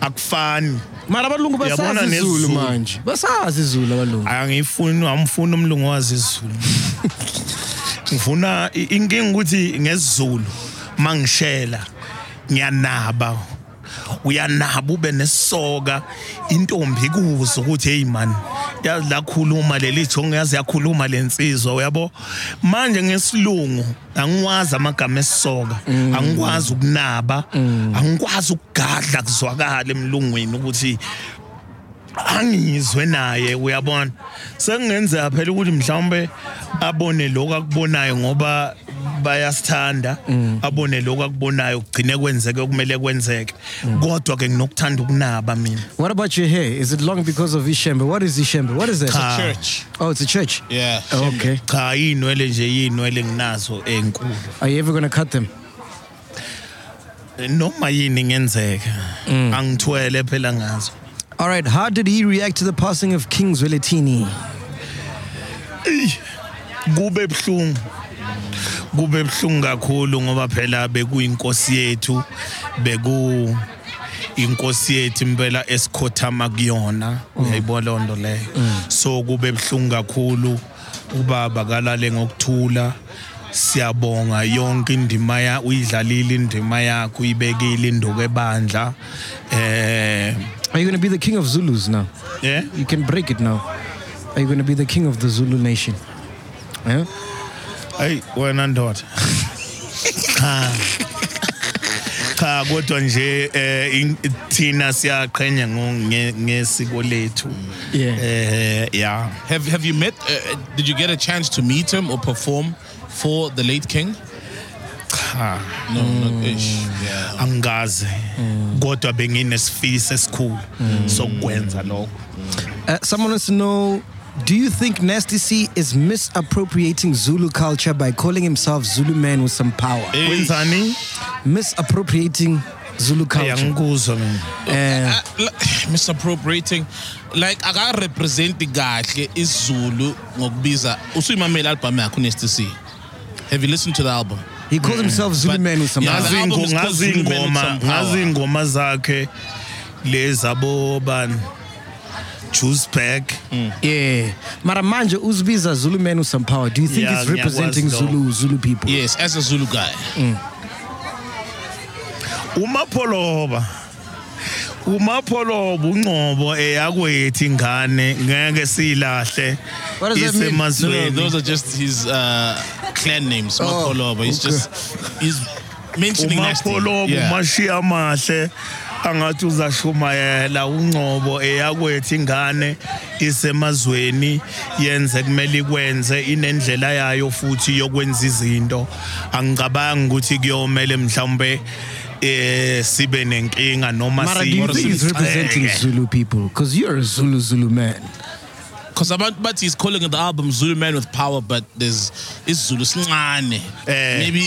akufani
Mara abalungu
Uyabona
basazi isiZulu
nesiZulu.
manje. Basazi isiZulu abalungu.
angifuni amfuni umlungu wazi isizulu ngifuna i- inkinga ukuthi ngesizulu mangishela ngiyanaba uyanaba ube nesisoka intombi kuzo ukuthi hey man yazi lakhuluma leli jongo yazi yakhuluma lensizwa uyabo manje ngesilungu angikwazi amagama esisoka angikwazi ukunaba angikwazi ukugadla kuzwakala emlungwini ukuthi angizwe naye uyabona sengenzeka phela ukuthi mhlawumbe abone lokho akubonayo ngoba bayasithanda abone lokho akubonayo kugcine kwenzeke kumele kwenzeke kodwa ke nginokuthanda ukunaba mina
What about your hair? Is it long because of Ishembe? What is Ishembe? What is that?
Cha.
Church.
Oh, it's a church.
Yeah.
Oh, okay.
Ah, cha iy'nwele nje iy'nwele nginazo enkulu
Are you ever going to cut them?
noma yini ngenzeka angithwele phela ngazo
All right, how did he react to the passing of King Zweletini?
kube buhlungu kube buhlungu kakhulu ngoba phela bekuyinkosi yethu beku inkosi yethu impela esikhothama kuyona uyayibona loo nto leyo so kube buhlungu kakhulu ubaba kalale ngokuthula siyabonga yonke indima ya uyidlalile indima yakho uyibekile induku ebandla eh
Are you going to be the king of Zulus now?
yeah
You can break it now. Are you going to be the king of the Zulu nation? Yeah?
Hey wena ndoda. Cha. Cha kodwa nje eh in- thina siyaqhenya ngo- nge- ngesiko lethu.
Yeah.
Eh yeah.
Have Have you met? Uh, uh, did you get a chance to meet him or perform for the late king?
Cha
No, not ish. Mm, Yeah.
angazi. Kodwa benginesifiso esikhulu sokwenza lokho.
Uh, someone wants to know Do you think Nasty C is misappropriating Zulu culture by calling himself Zulu man with some power?
Wenzani?
Misappropriating Zulu culture.
Ayangikuzwa mina.
Eh,
Uh, like, misappropriating like akarepresenti kahle isizulu ngokubiza usuyimamela album yakhe uNasty C have you listened to the album
he calls himself Zulu
But-
man with some
Yeah,
power.
the
Ngazi
album is called
ngazi
Zulu Man with
ingoma,
Some Power.
ngazi ingoma zakhe lezabo bani. Juice bag.
Yeah. Maramanja Uzbiza Zulu man with some power. Do you think
Yeah,
he's
yeah,
representing
was though.
Zulu Zulu people?
yes as a Zulu guy
umapholoba umapholoba ungcobo eyakwethu ingane ngeke siyilahle
What does that mean?
no, no Oh,
isemazweni
those are just his uh, clan names Makholoba he's
okay.
just he's mentioning Nasty
umapholoba
yeah.
umashiya amahle angathi uzashumayela ungcobo eyakwethu ingane isemazweni yenze kumele ikwenze inendlela yayo futhi yokwenza izinto angicabangi ukuthi kuyomele mhlawumbe eh sibe nenkinga noma
Mara, do you
si-
think he's representing
siceke.
Zulu people? Because you're a Zulu Zulu man.
Because about but he's calling the album Zulu Man with Power, but there's it's Zulu Snane.
Eh.
Maybe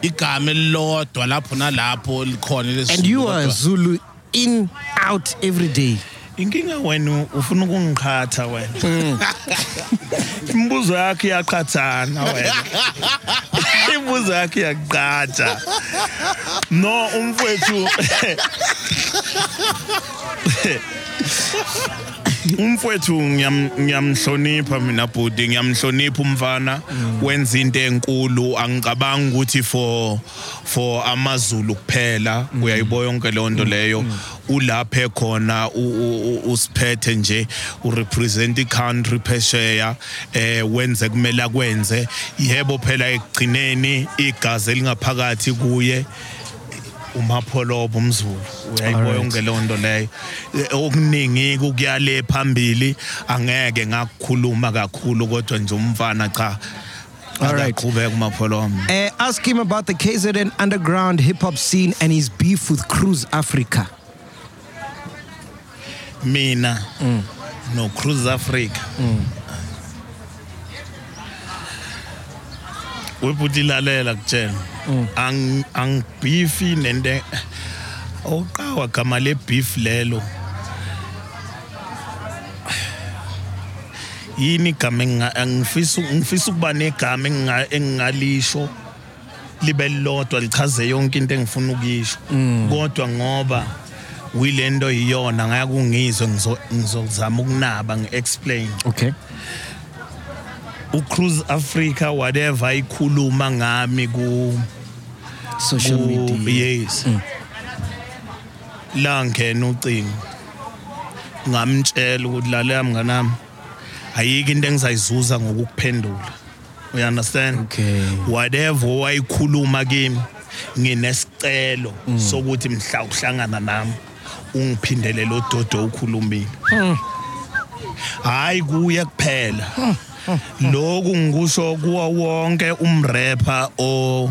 igama elilodwa lapho nalapho likhona lesizulu
And you are a
kodwa-
Zulu in, out, every day.
inkinga wena ufuna ukungiqhatha wena imibuzo yakho iyaqhathana wena imibuzo yakho iyaqatha no umfowethu umfowethu ngiyam- ngiyamhlonipha mina budi ngiyamhlonipha umfana wenza into enkulu angicabangi ukuthi for for amazulu kuphela uyayiboya yonke leyo nto leyo ulapha ekhona u- u- u- usiphethe nje urepresent i-country phesheya eh wenze kumele akwenze yebo phela ekugcineni igazi elingaphakathi kuye umapholobo umzulu uyayiboya
Alright.
yonke leyo nto leyo Eh, okuningi kuyale phambili angeke ngakukhuluma kakhulu kodwa nje umfana cha
Alright.
akaqhubeka umapholomo
Uh, ask him about the KZN underground hip hop scene and his beef with Cruise Africa.
mina no Cruise Africa webuthi lalela kutshena angibifi nende awuqawa gama le beef lelo yini igama enginga- angifisa ngifisa ukuba negama enginga- engingalisho libe lilodwa lichaze yonke into engifuna ukuyisho kodwa ngoba wilento yiyona ngaya kungizwe ngizo- ngizozama ukunaba ngi-explain
Okay.
ucruise africa whatever ikhuluma ngami ku
Social
ku-
media.
yes Mm. la ngena ucingo ngamtshela ukuthi lalela mnganami ayike into engizayizuza ngokukuphendula you understand
Okay.
whatever wayikhuluma kimi nginesicelo sokuthi mhla uhlangana nami ungiphindele lo dodo okhulumile hayi kuye kuphela lokhu ngikusho kuwo wonke umrapper o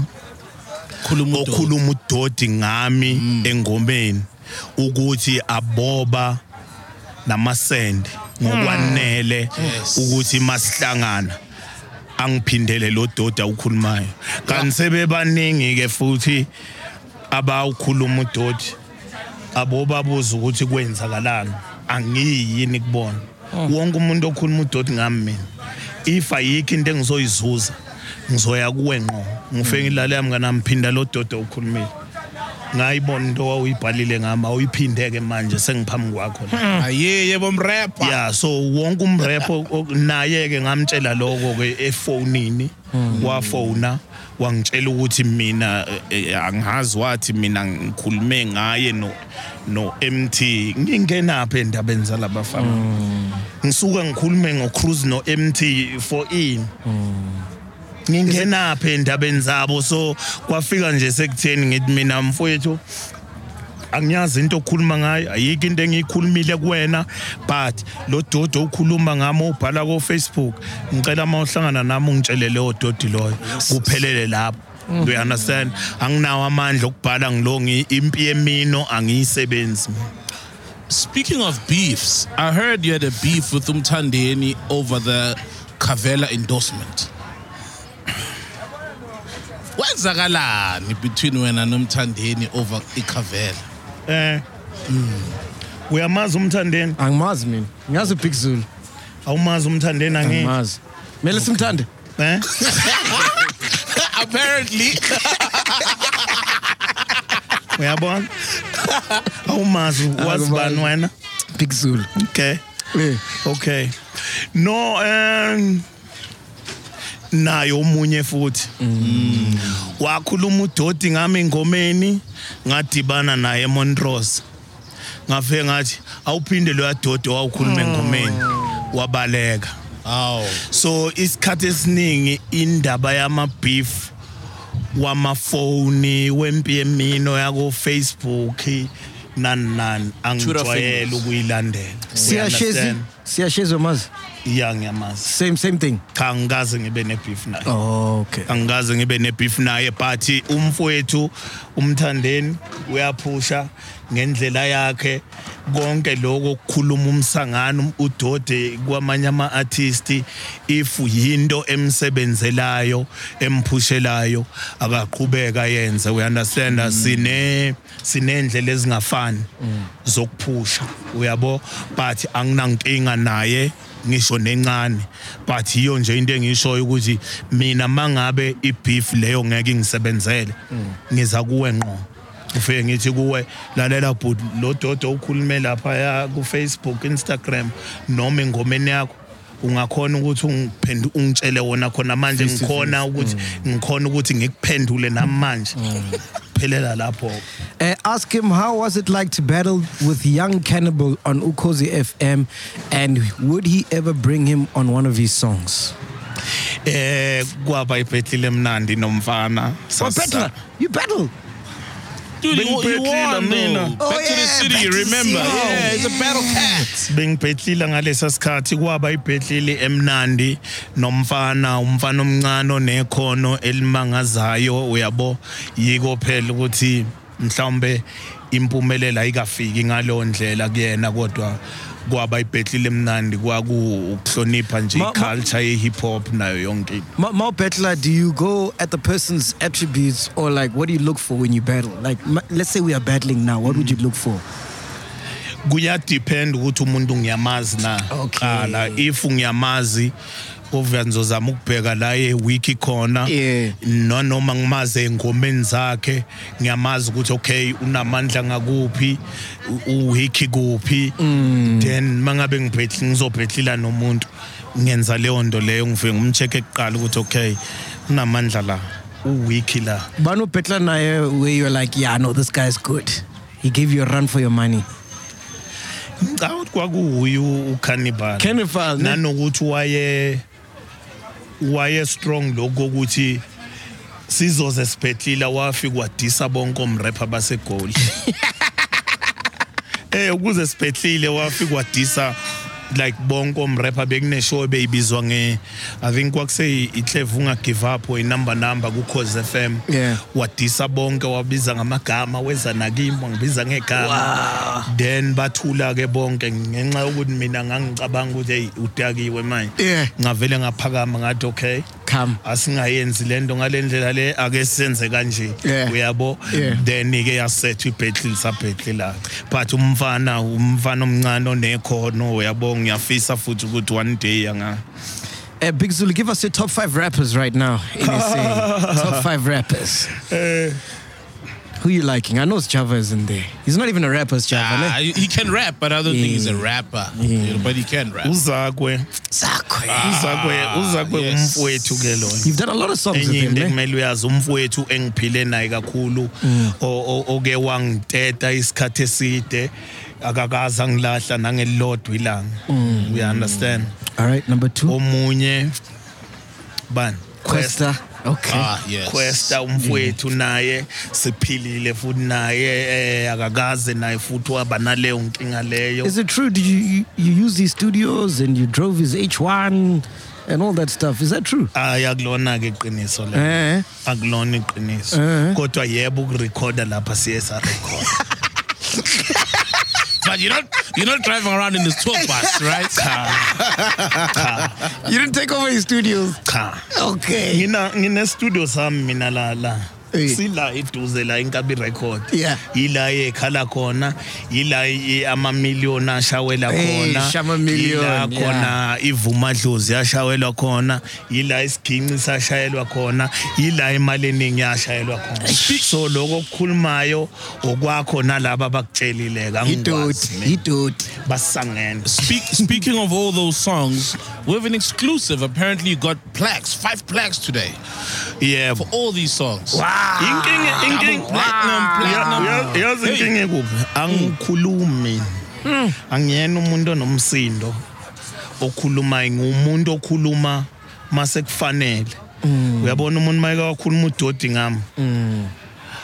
khuluma ukhuluma
okhuluma udodi Mm. ngami engomeni ukuthi aboba namasende ngokwanele
Yes.
ukuthi masihlangana angiphindele lo doda ukhulumayo kanti sebebaningi ke futhi abawukhuluma udodi abobabuza ukuthi kwenzakalani angiyini kubona wonke umuntu okhuluma udodi ngami mina if ayikho into engizoyizuza ngizoya kuwe ngqo ngifike ngilale yami kanami phinda lo dodo okhulumile ngayibona into owawuyibhalile ngami awuyiphindeke manje sengiphambi kwakho la
ayeye Ah, bomrapha
yeah so wonke umrepho o- naye ke ngamtshela lokho ke efonini wafona wangitshela ukuthi mina eh, eh, angazi wathi mina ngikhulume ngaye no no MT ngingenaphi endabeni zalaba fama ngisuka ngikhulume ngo cruise no MT for in ngingenaphi endabeni zabo so kwafika nje sekutheni ngithi mina mfowethu angiyazi into okhuluma ngayo ayikho into engiyikhulumile kuwena but lo dodi okhuluma ngami ubhala ko-facebook ngicela uma uhlangana nami ungitshele leyo dodi loyo kuphelele lapho do you understand anginawo amandla okubhala ngilongi impi yemino angiyisebenzi
speaking of beefs i heard you had a beef with umthandeni over the cavella endorsement kwenzakalani between wena nomthandeni over icavella
eh uyamazi umthandeni
Angimazi mina. Ngiyazi uBig Zulu.
awumazi umthandeni angithi
Angimazi. Mele simthande.
eh
apparently
uyabona awumazi wazi bani
Angimazi.
wena
Big Zulu.
okay
Eh.
Okay. No um nayo omunye futhi. Wakhuluma udodi ngami engomeni ngadibana naye eMontrose. Ngafike ngathi awuphinde lo yadodi owawukhuluma engomeni wabaleka.
aw
So isikhathi esiningi indaba yama beef wamafoni wempi emino yako Facebook nani nani angijwayele
famous.
ukuyilandela.
Siyashezi.
Understand?
Siyashezi umazi.
ya ngiyamazi
Same same thing.
cha ngikaze ngibe nebeef naye
Okay.
angikaze ngibe nebeef naye but umfowethu umthandeni uyaphusha ngendlela yakhe konke lokho kukhuluma umsangano udode kwamanye ama-artist if yinto emsebenzelayo emphushelayo akaqhubeka yenze we understand sine sinendlela ezingafani zokuphusha uyabo but anginankinga naye ngisho nencane but yiyo nje into engishoyo ukuthi mina mangabe ibeef leyo ngeke ingisebenzele ngiza kuwe ngqo ufike ngithi kuwe lalela but lo dodo okhulume lapha ya ku Facebook Instagram noma engomeni yakho ungakhona ukuthi ungiphendu ungitshele wona khona manje ngikhona ukuthi ngikhona ukuthi ngikuphendule nami manje phelela lapho
Uh, ask him how was it like to battle with Young Cannibal on Ukozi FM, and would he ever bring him on one of his songs?
eh kwaba ibhethile mnandi nomfana
Oh,
Sasa-
battle! You battle!
dude you,
Bring
you
Petlila,
won
mina.
though. back to the
Oh, yeah,
city
back to the
remember
city.
yeah it's a battle cat
bengibhetlile ngalesa sikhathi kwaba ibhetlile emnandi nomfana umfana omncane onekhono elimangazayo uyabo yiko phela ukuthi mhlawumbe impumelelo ayikafiki ngaleyo ndlela kuyena kodwa kwaba ibhetli lemnandi kwaku ukuhlonipha nje
Ma- ma-
iculture ye-hip hop nayo yonke into
Ma- Mao Battler, do you go at the person's attributes or like what do you look for when you battle? Like, ma- let's say we are battling now, what would you look for?
kuyadepend ukuthi umuntu ngiyamazi na
Okay.
qala if ngiyamazi obviously ngizozama ukubheka la e-wiki khona
Yeah.
nanoma ngimazi ey'ngomeni zakhe ngiyamazi ukuthi okay unamandla ngakuphi u- uwiki kuphi
Mm.
then uma ngabe ngibhetli- ngizobhetlila nomuntu ngenza leyo nto leyo ngifike ngimcheck-e kuqala ukuthi okay unamandla la uwiki la
Bano Battler, naye, where you're like, yeah, I know this guy's good. He gave you a run for your money.
ngicabanga ukuthi kwakuwuyo ucannibal
Cannibal, ne?
nanokuthi waye waye strong lokho ukuthi sizoze siphetlila wafika wadisa bonke omrepha basegoli eh ukuze siphetlile wafika wadisa like bonke omrepha bekuneshow beyibizwa nge i think kwakuse ihleva unga give up or inumber number ku Cause FM
Yeah.
wadisa bonke wabiza ngamagama weza nakimi ngibiza ngegama
Ah.
then bathula ke bonke ngenxa yokuthi mina ngangicabanga ukuthi hey udakiwe manje
Yeah.
ngavele ngaphakama ngathi okay
Come.
asingayenzi lento ngalendlela le ake senze kanje
Yeah.
uyabo
Yeah.
then ke yasethu ibhetli sabhetli la but umfana umfana omncane onekhono uyabo ngiyafisa futhi ukuthi one day anga
Uh, Big Zulu, give us your top five rappers right now in SA. top five rappers.
eh
Who you liking? I know it's Java is in there. He's not even a rapper, it's Java.
Ah,
ne?
he can rap, but I don't think he's a rapper. You know, but he can rap.
uzakwe
Sakwe.
uzakwe uzakwe
yes.
umfowethu ke lona
You've done a lot of songs
enye
with
into
him. eh? ne?
ekumele uyazi umfowethu engiphile naye kakhulu
Mm.
o- o- oke wangiteta isikhathi eside akakaza ngilahla nangelilodwa ilanga
Mm.
you understand
All right, number
Oh,
two.
omunye bani
Questa. Okay.
Ah, yes.
Questa umfowethu naye siphilile futhi naye eh akakaze naye futhi waba naleyo nkinga leyo
Is it true? Did you, you you use these studios and you drove his H1 and all that stuff? Is that true?
hayi akulona ke iqiniso le
Eh.
akulona iqiniso
Eh.
kodwa yebo ukurekhoda lapha siye sarekhoda
But you're not you're not driving around in this tour bus, right?
You didn't take over his studios.
cha
Okay.
Eh, ngina ngine studio sami mina la la
Eh.
sila eduze la inkabi record
Yeah.
yila yekhala khona yila i- amamillion ashawela
Eh,
khona
shamamillion,
Yila
yeah.
khona ivuma dlozi yashawelwa khona yila isiginci sashayelwa khona yila imali eningi yashayelwa khona so lokho okukhulumayo okwakho nalabo abakutshelile angikwazi mina.
did.
basangene
Speak, speaking of all those songs, we have an exclusive. Apparently, you got plaques, five plaques today
yebo
for all these songs.
inkinga
Ah,
inkinga
Double platinum, platinum.
Uya- uya- yazi
Hey.
inkinga kuphi angikhulumi
Hmm.
angiyena umuntu onomsindo okhulumayo ngumuntu okhuluma mase kufanele
Hmm.
uyabona umuntu mayeke wakhuluma udodi ngami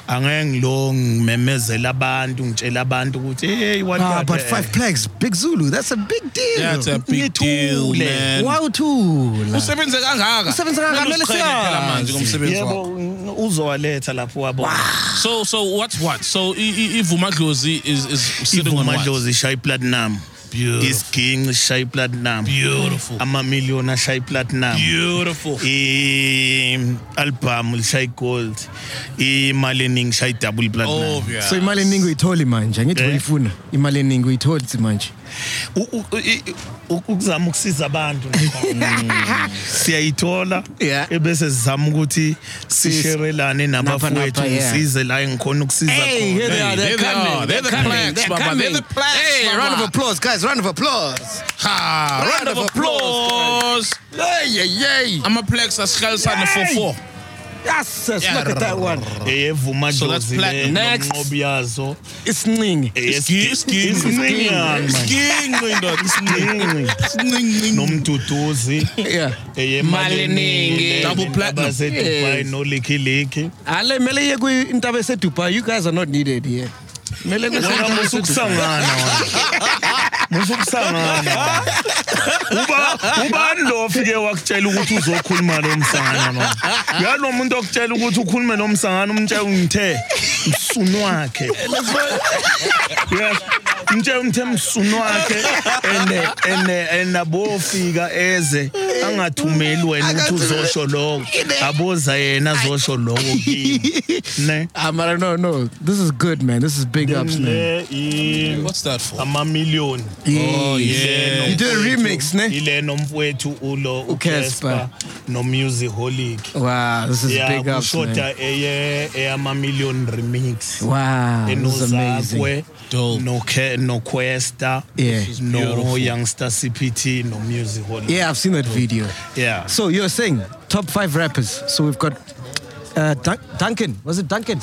angeke ngilo ngimemezela abantu ngitshela abantu ukuthi hey what
Ah,
the
but
hell?"
five plagues, Big Zulu. That's a big deal.
That's a big deal,
Ngithule.
man.
Wow, too.
Usebenze kangaka.
Usebenze kangaka, kumele
Kumele usiqhenye phela
siyazi.
manje ngomsebenzi
yebo
wakho.
uzowaletha lapho wabona
So, so what's what? So, i- i- Ivuma Dlozi is, is sitting on what?
ivumadlozi ishaya iplatinum
Beautiful.
isiginci ishaya iplatinum
Beautiful.
amamiliyoni ashaya iplatinum
Beautiful.
E, i-albhamu lishaya igold imali eningi ishaya idouble iplatinum
Obvious.
So imali eningi uyitholi manje angithi
Eh?
uyifuna imali eningi uyitholi manje
U- u- i- u- ukuzama ukusiza abantu nakhona. siyayithola
Yeah.
ebese sizama ukuthi sisherelane nabafowethu
napha, yeah.
ngisize la engikhona ukusiza khona
they are, they're coming, they're coming, they're coming. Hey, round of
applause guys round of applause
Ha, round
Round
of
of applause.
applause.
yay yay
Amaplex asihlalisane for four.
yes yes, look at that one
eyevuma
So that's
dlozi le
platinum.
Next.
nonqobi yazo
isincingi
Isgi- isgi-
isincinyana manje.
Skinqi ndoda,
Sincinci.
isinqinqi.
nomduduzi
yeah
eyemali eningi
Double platinum.
basedubai
Yes.
nolikiliki
ale mele iye kwintaba esedubai you guys are not needed here mele
wena musukusangana musukusangana uba ubani lo ofike wakutshela ukuthi uzokhuluma lo msangano no yazi lo muntu okutshela ukuthi ukhulume lo msangano umtshela ungithe msunu wakhe yes umtshela ungithe msunu wakhe ene ene enabofika eze angathumeli wena ukuthi uzosho lokho aboza yena azosho lokho kimi ne
Ah, man, no, no. This is good, man. This is big ups, man.
Ne, i-
What's that for?
amamiliyoni
Oh, yeah.
You did a remix, ne?
ile nomfowethu ulo
UCasper.
uCasper nomusic holic
Wow, this is
ya
big ups, man.
kushoda eye eyama-million remix
Wow, this
uh,
is amazing.
enozakwe
Dope.
noke- noquesta
Yeah. This is
beautiful.
noyoungster cpt nomusic holic
Yeah, I've seen that video.
yeah
So you're saying top five rappers. So we've got uh, Dun- Duncan. Was it Duncan?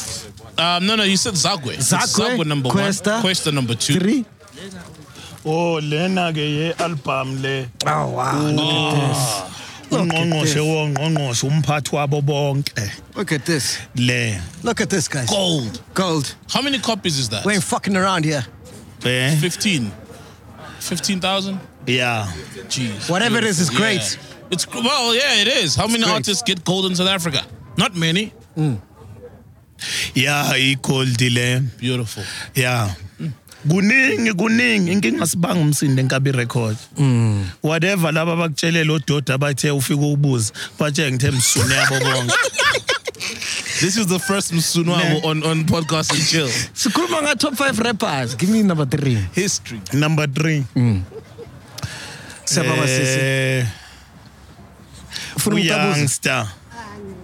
Um, no, no, you said Zagwe. It's
Zagwe,
Zagwe number
Questa.
one. Questa number two.
Three.
oh lena-ke ye-albhamu le
Oh wow! Look at
ungqongqoshe
this.
wongqongqoshe umphathi wabo bonke
Look at this.
le
Look at this, guys.
Gold.
Gold.
How many copies is that?
We ain't fucking around here.
eh
15. 15,000?
yeah
Jeez.
Whatever it is, it's
Yeah.
great.
It's gr- well, yeah, it is. How many
great.
artists get gold in South Africa? Not many.
yeah igoldi le
Beautiful.
yeah kuningi kuningi inkinga sibanga umsindo enkabi record whatever laba bakutshele lo doda bathe ufike ubuze batshele ngithe msune yabo bonke
This is the first Msunwa on, on podcast and chill.
So Kurumanga top five rappers. Give me number three.
History.
number 3
Siapa masisi?
Eh,
Ufuna umcabuzo?
youngster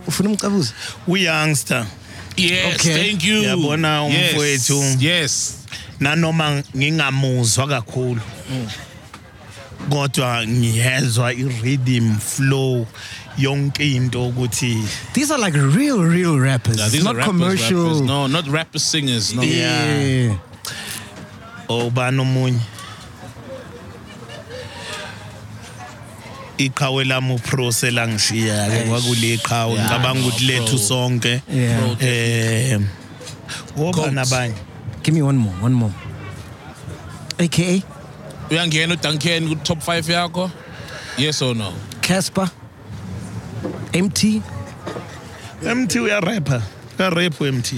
Ufuna umcabuzo?
uyoungster
Yes,
Okay.
thank you.
Yabona umfowethu.
Yes.
nanoma ngingamuzwa kakhulu kodwa ngiyezwa i-rhythm flow yonke into ukuthi
These are like real, real rappers.
Yeah, these
Not
are rappers,
commercial.
rappers. No, not rapper singers. No.
Yeah.
Yeah.
obani omunye iqhawe lami uprose langishiya-ke kwakule qhawe
Yeah,
ngicabanga ukuthi
no,
lethu
bro.
sonke
Yeah.
Bro,
um obani
Goats.
abanye
Give me one more. One more. AKA
uyangena uDuncan ku top 5 yakho? Yes or no?
Casper. MT.
mt uyarepha uyarepa u-mt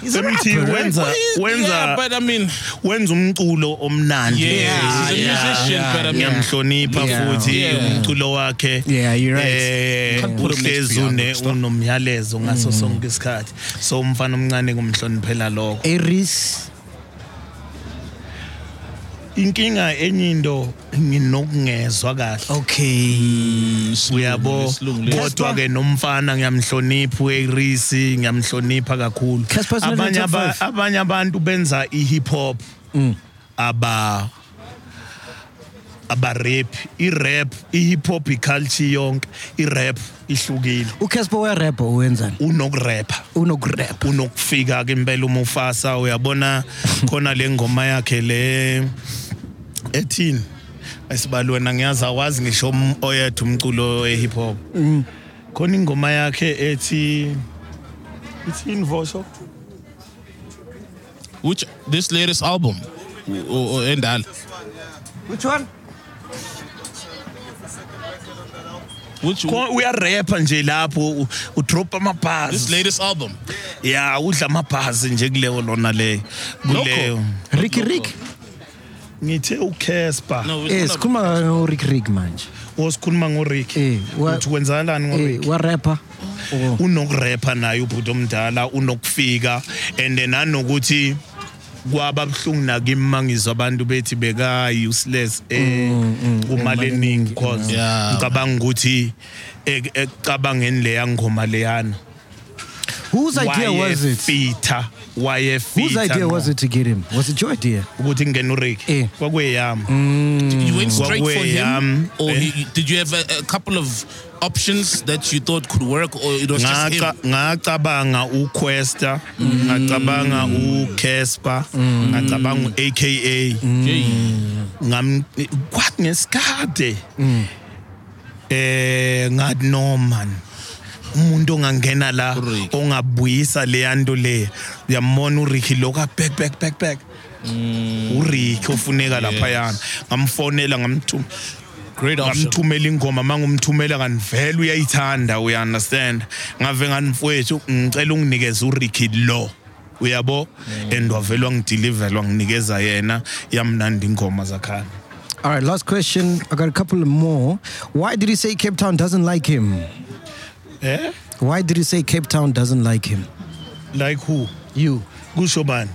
He's a
MT
rapper, right?
wenza
yeah,
wenza
but I mean,
wenza umculo omnandi
yeah, he's a
Yeah.
musician,
yeah,
but I mean,
ngiyamhlonipha
Yeah.
futhi
Yeah.
umculo wakhe
Yeah, you're right.
Eh,
Can't put him next
uhlezi
to
une-
Youngster.
unomyalezo
Mm.
ngaso sonke isikhathi so umfana omncane kumhloniphela lokho
Aries.
inkinga enye into nginokungezwa kahle
Okay.
uyabo
Oh, isilungu lesi.
kodwa-ke nomfana ngiyamhlonipha u-erisi ngiyamhlonipha kakhulu
Casper Semenya
abanye
top
aba-
five.
abanye abantu benza i-hip hop
Mm.
aba abarap i-rap i-hip hop iculture yonke i-rap ihlukile
ucasper uyarabha uwenzani
unokurepha
unokurabha
unokufika ke impela uma ufasa uyabona khona le ngoma yakhe le ethini ayisibali wena ngiyazi awazi ngisho um- oyedwa umculo we-hip hop khona ingoma yakhe ethi ithini vosho
which this latest album O- o- endala
which one
which
Kho- uyarepha nje lapho u- udropa
this
amabhasi
latest album
ya udla amabhasi nje kuleyo lona leyo kuleyo
ricky rick
ngithe ucasper
no
eh
it's
sikhuluma ngorick rick manje
osikhuluma ngoricky
Eh, wa-
uthi kwenzakalani ngoricky
eh Oh, warapha
unokurepha naye ubhuti omdala unokufika and then nanokuthi kwaba buhlungu nakimi mangizwa abantu bethi eh, beka-useless
Mm,
umaleningi cause
Yeah.
ngicabanga ukuthi e, ek- ekucabangeni leya ngoma leyana
whose idea was it
wayefitha
whose idea was
wayefitha
it to get him was it your idea
ukuthi kungena uriki
Eh.
kwakuyeyami
you went straight for
Wawe,
him
um,
or
eh.
he, did you have a, a couple of options that you thought could work or it was just him
Ngaca- ngacabanga uquesta ngacabanga
Mm.
ucasper ngacabanga u-aka
Jay.
ngam kwathi ngesikade eh ngathi Norman umuntu ongangena la
URicky.
ongabuyisa leya nto le uyambona uRicky loka back back back back urick ofuneka laphayana ngamfonela ngamthuma
Great option.
ngamthumela ingoma mangumthumela kanivele uyayithanda uya understand ngave nganifowethu ngicela unginikeze uricky lo uyabo and wavele wangideliver wanginikeza yena yamnandi ingoma zakhani
All right, last question. I got a couple more. Why did he say Cape Town doesn't like him?
eh
Why did he say Cape Town doesn't like him?
like who
You.
kusho bani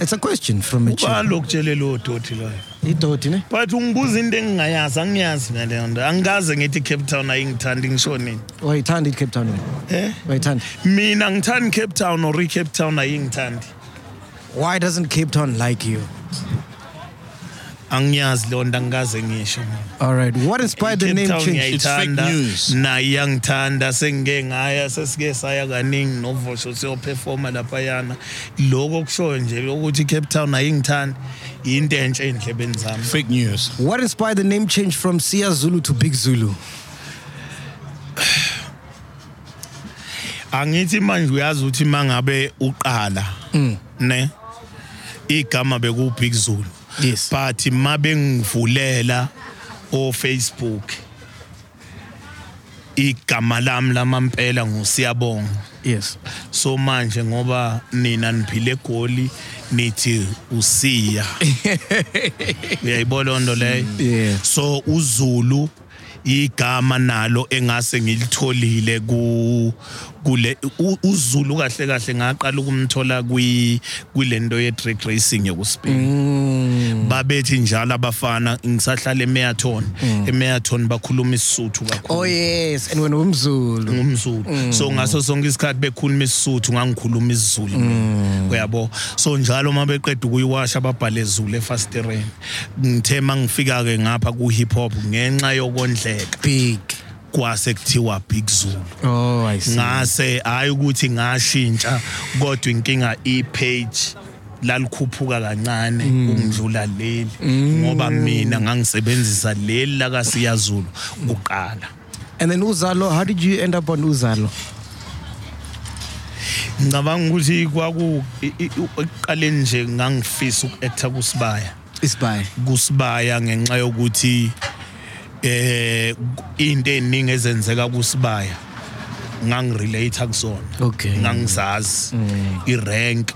It's a question from a
ubani
child.
lokutshele lowo doti loyo
He thought, you know?
but ungibuza into engingayazi angiyazi ngaleyo nto angikaze ngithi cape town ayingithandi ngisho nini
Wait, Tandy, Cape Town.
Eh?
Wait, Tandy.
mina ngithandi cape town or i-cape town ayingithandi
Why doesn't Cape Town like you?
angiyazi leyo nto angikaze ngisho mina.
All right. What inspired the
I-Cape
name
Town
change?
yeah. It's fake
ngiyayithanda,
news.
naye iyangithanda sengike ngaya sesike saya kaningi novosho siyophefoma laphayana lokho kushoyo nje ukuthi i-cape town ayingithandi yinto entsha ey'ndlebeni zami
Fake news.
What inspired the name change from Sia Zulu to Big Zulu?
angithi manje uyazi ukuthi mangabe uqala
Mm.
ne igama bekubig Zulu
Yes.
but mabe ngivulela o Facebook igama lami lamampela ngusiyabonga
Yes.
so manje ngoba nina niphile egoli nithi usiya uyayibona onto leyo
Yeah.
so uzulu igama nalo engase ngilitholile ku kule u- uzulu kahle kahle ngaqala ukumthola kwi kulento ye drag racing yokuspin
Mm.
babethi njalo abafana ngisahlala emarathon emarathon bakhuluma isisuthu kakhulu
Mm. Oh, yes. And when Umzulu.
ngumZulu so ngaso sonke isikhathi bekhuluma isizulu ngangikhuluma isizulu mina. uyabo so njalo uma beqeda ukuyiwasha babhale izulu efastereni ngithe mangifika ke ngapha ku hip hop ngenxa yokondleka
Big.
kwase kuthiwa big zulu
Oh, I see.
ngase hayi ukuthi ngashintsha kodwa inkinga i-page lalikhuphuka kancane ukundlula leli ngoba mina ngangisebenzisa leli lakasiyazulu kuqala
And then Uzalo, how did you end up on Uzalo?
ngicabanga ukuthi kwaku i- i- u- ekuqaleni nje ngangifisa uku-acta kusibaya
It's by.
kusibaya ngenxa yokuthi eh into eziningi ezenzeka kusibaya ngangirelate kuzona
Okay. Mm.
ngangizazi irank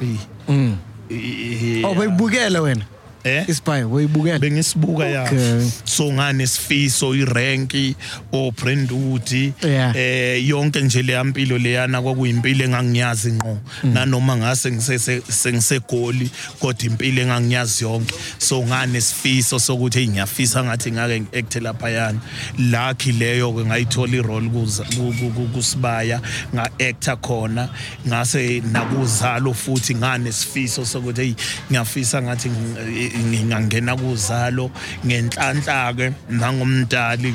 Oh, wayibukela wena.
eh
It's by. Wayibukela.
bengisibuka ya
Okay.
so nganesifiso iranki obranduti
Yeah.
eh yonke nje leya mpilo leyana kwakuyimpilo engangiyazi ngqo nanoma ngase ngisese- sengisegoli kodwa impilo engangiyazi yonke so nganesifiso sokuthi hey, ngiyafisa ngathi ngake ngi-acte laphayana lucky leyo-ke ngayithola irole kuza- ku- ku- ku- kusibaya nga-acta khona ngase nakuzalo futhi nganesifiso sokuthi hey ngiyafisa ngathi ngi- ngingangena kuzalo ngenhlanhla-ke nangomdali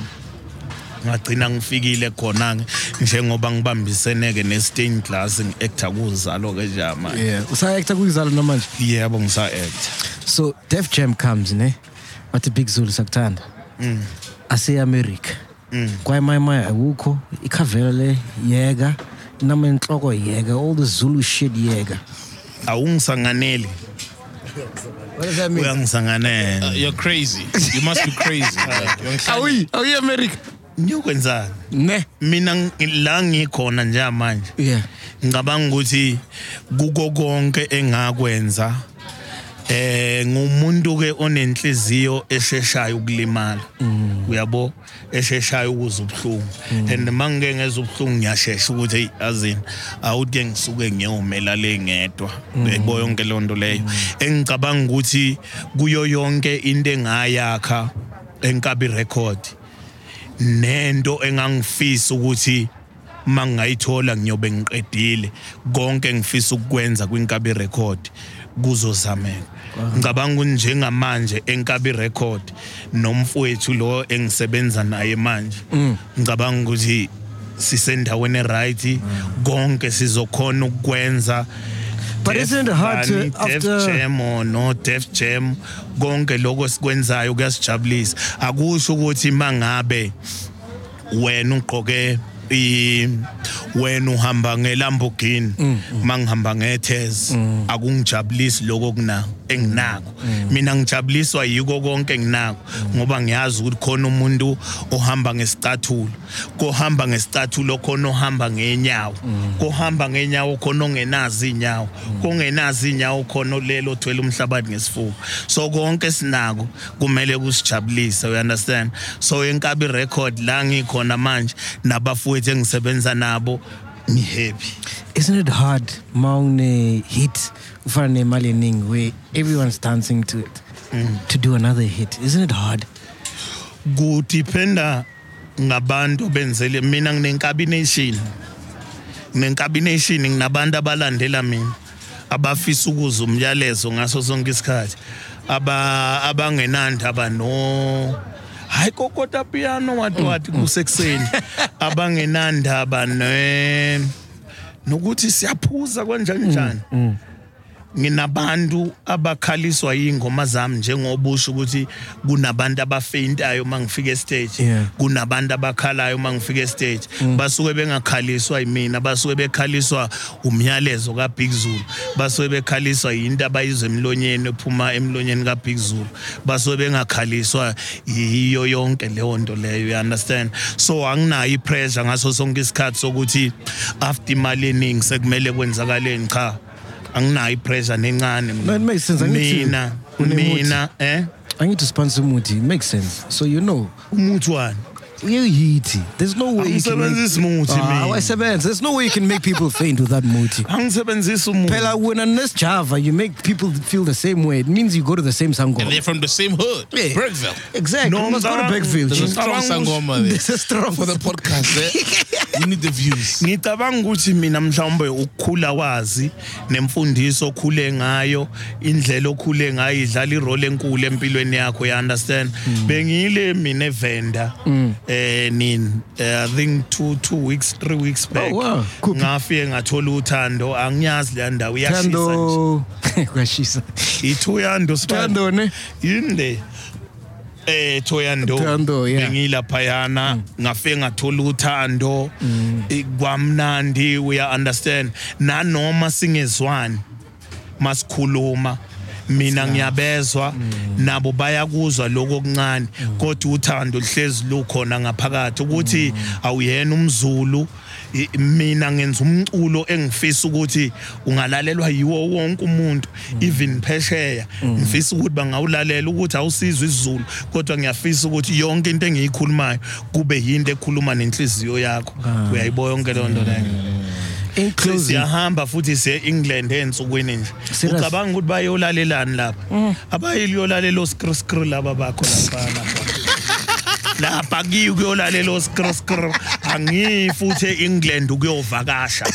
ngagcina ngifikile khona njengoba ngibambiseneke ne-stain glass ngi-acta kuzalo-ke nje manje
Yeah. Usa-actor kuizalo namanje.
yebo ngisa-acta
So Def Jam comes, ne? Bathi Big Zulu sakuthanda. Mm. Ase-America. Mm. kwayimaya awukho ikhavela le yeka inama inhloko yeka all the zulu shit yeka
awungisanganeli
what does that
uyangisanganela
You're crazy. You must be crazy. like, you're insane.
awi awi america
niyokwenzani
ne
mina ngi- la ngikhona njengamanje
yeah
ngicabanga ukuthi kuko konke engakwenza eh ngumuntu ke onenhliziyo esheshayo ukulimala uyabo esheshayo ukuza ubhlungu and mangike ngeza ubhlungu ngiyashesha ukuthi hey azini awuthi ngisuke ngiyomela lengedwa uyayibo yonke leyo nto leyo engicabanga ukuthi kuyo yonke into engayakha enkabi record nento engangifisa ukuthi mangayithola ngiyobe ngiqedile konke engifisa ukukwenza kwinkabi record kuzozameka ngicabanga ukuthi njengamanje enkabi record nomfowethu lo engisebenza naye manje
Mm.
ngicabanga ukuthi sisendaweni right konke sizokhona ukukwenza
But
Def
isn't it hard to-
Bunny, Def
after-
Jam or no Def Jam konke lokho sikwenzayo kuyasijabulisa akusho ukuthi mangabe wena ugqoke i wena uhamba ngeLamborghini mangihamba ngeTez akungijabulisi lokho kunako enginako mina ngijabuliswa yiko konke enginako ngoba ngiyazi ukuthi khona umuntu ohamba ngesicathulo kohamba ngesicathulo khona ohamba ngenyawo kohamba ngenyawo khona ongenazi inyawo kongenazi inyawo khona lelo othwele umhlabathi ngesifuba so konke sinako kumele kusijabulise you understand so enkabi record la ngikhona manje nabafowethu engisebenza nabo ngihappy
Isn't it hard, Maune hit Ufane Malining, where everyone's dancing to it, to do another hit? Isn't it hard?
kudiphenda ngabantu benzele mina nginenkamination nginenkamination nginabantu abalandela mina abafisa ukuza umyalezo ngaso sonke isikhathi aba abangenandaba no hayi kokota piano wathi wathi kusekuseni abangenandaba ne nokuthi siyaphuza kanjani njani nginabantu abakhaliswa yingoma zami njengobusho ukuthi kunabantu abafeintayo uma ngifika estage
Yeah.
kunabantu abakhalayo uma ngifika estage basuke bengakhaliswa yimina basuke bekhaliswa umyalezo kaBig Zulu basuke bekhaliswa yinto abayizwe emlonyeni ephuma emlonyeni kaBig Zulu basuke bengakhaliswa yiyo yonke leyo nto leyo you understand so anginayo ipressure ngaso sonke isikhathi sokuthi after imali eningi sekumele kwenzakaleni cha anginayo ipressure nencane mina.
No, it makes sense. I need to-
mina
Unemuthi.
mina eh
I need to sponsor Muti. Makes sense. So you know,
umuthi wani
you hit. There's no way you can. Make,
angisebenzisi muthi
Ah,
mina
awayisebenzisi. there's no way you can make people faint without Muti.
angisebenzisi umuthi
Pela, when unless Java, you make people feel the same way. It means you go to the same
And
sangoma.
they're from the same hood.
Yeah.
Bergville.
Exactly.
No,
you must go to
ngicabanga-
Backfield.
There's a
Just
strong
around-
sangoma there.
This is strong.
For the podcast, eh? we need the views.
ngicabanga ukuthi mina mhlawumbe ukukhula kwazi nemfundiso okhule ngayo indlela okhule ngayo idlala irole enkulu empilweni yakho you understand bengile mina evenda eh nini eh, i think 2 2 weeks 3 weeks back
wow. Kuphi?
ngafike ngathola uthando angiyazi le ndawo iyashisa nje
Tando. Kwashisa.
ithuyando sibanda
Tando, ne?
yini le eh Thoyando
Thoyando, yeah. Mm.
bengilaphayana ngafe ngathola uthando Eh, kwamnandi we understand nanoma singezwani masikhuluma mina ngiyabezwa nabo bayakuzwa lokho okuncane kodwa uthando lihlezi lukhona ngaphakathi ukuthi awuyena umZulu i- mina ngenza umculo engifisa ukuthi ungalalelwa yiwo wonke umuntu even phesheya ngifisa ukuthi bangawulalela ukuthi awusizwe isiZulu kodwa ngiyafisa ukuthi yonke into engiyikhulumayo kube yinto ekhuluma nenhliziyo yakho uyayiboya yonke leyo nto leyo
In closing.
siyahamba futhi siye-england ensukwini nje
Serious?
ucabanga ukuthi bayolalelani lapha abayiliyolalela oskriskri laba bakho laphana lapha kiyo kuyolalela oskriskri angiyi futhi e-england ukuyovakasha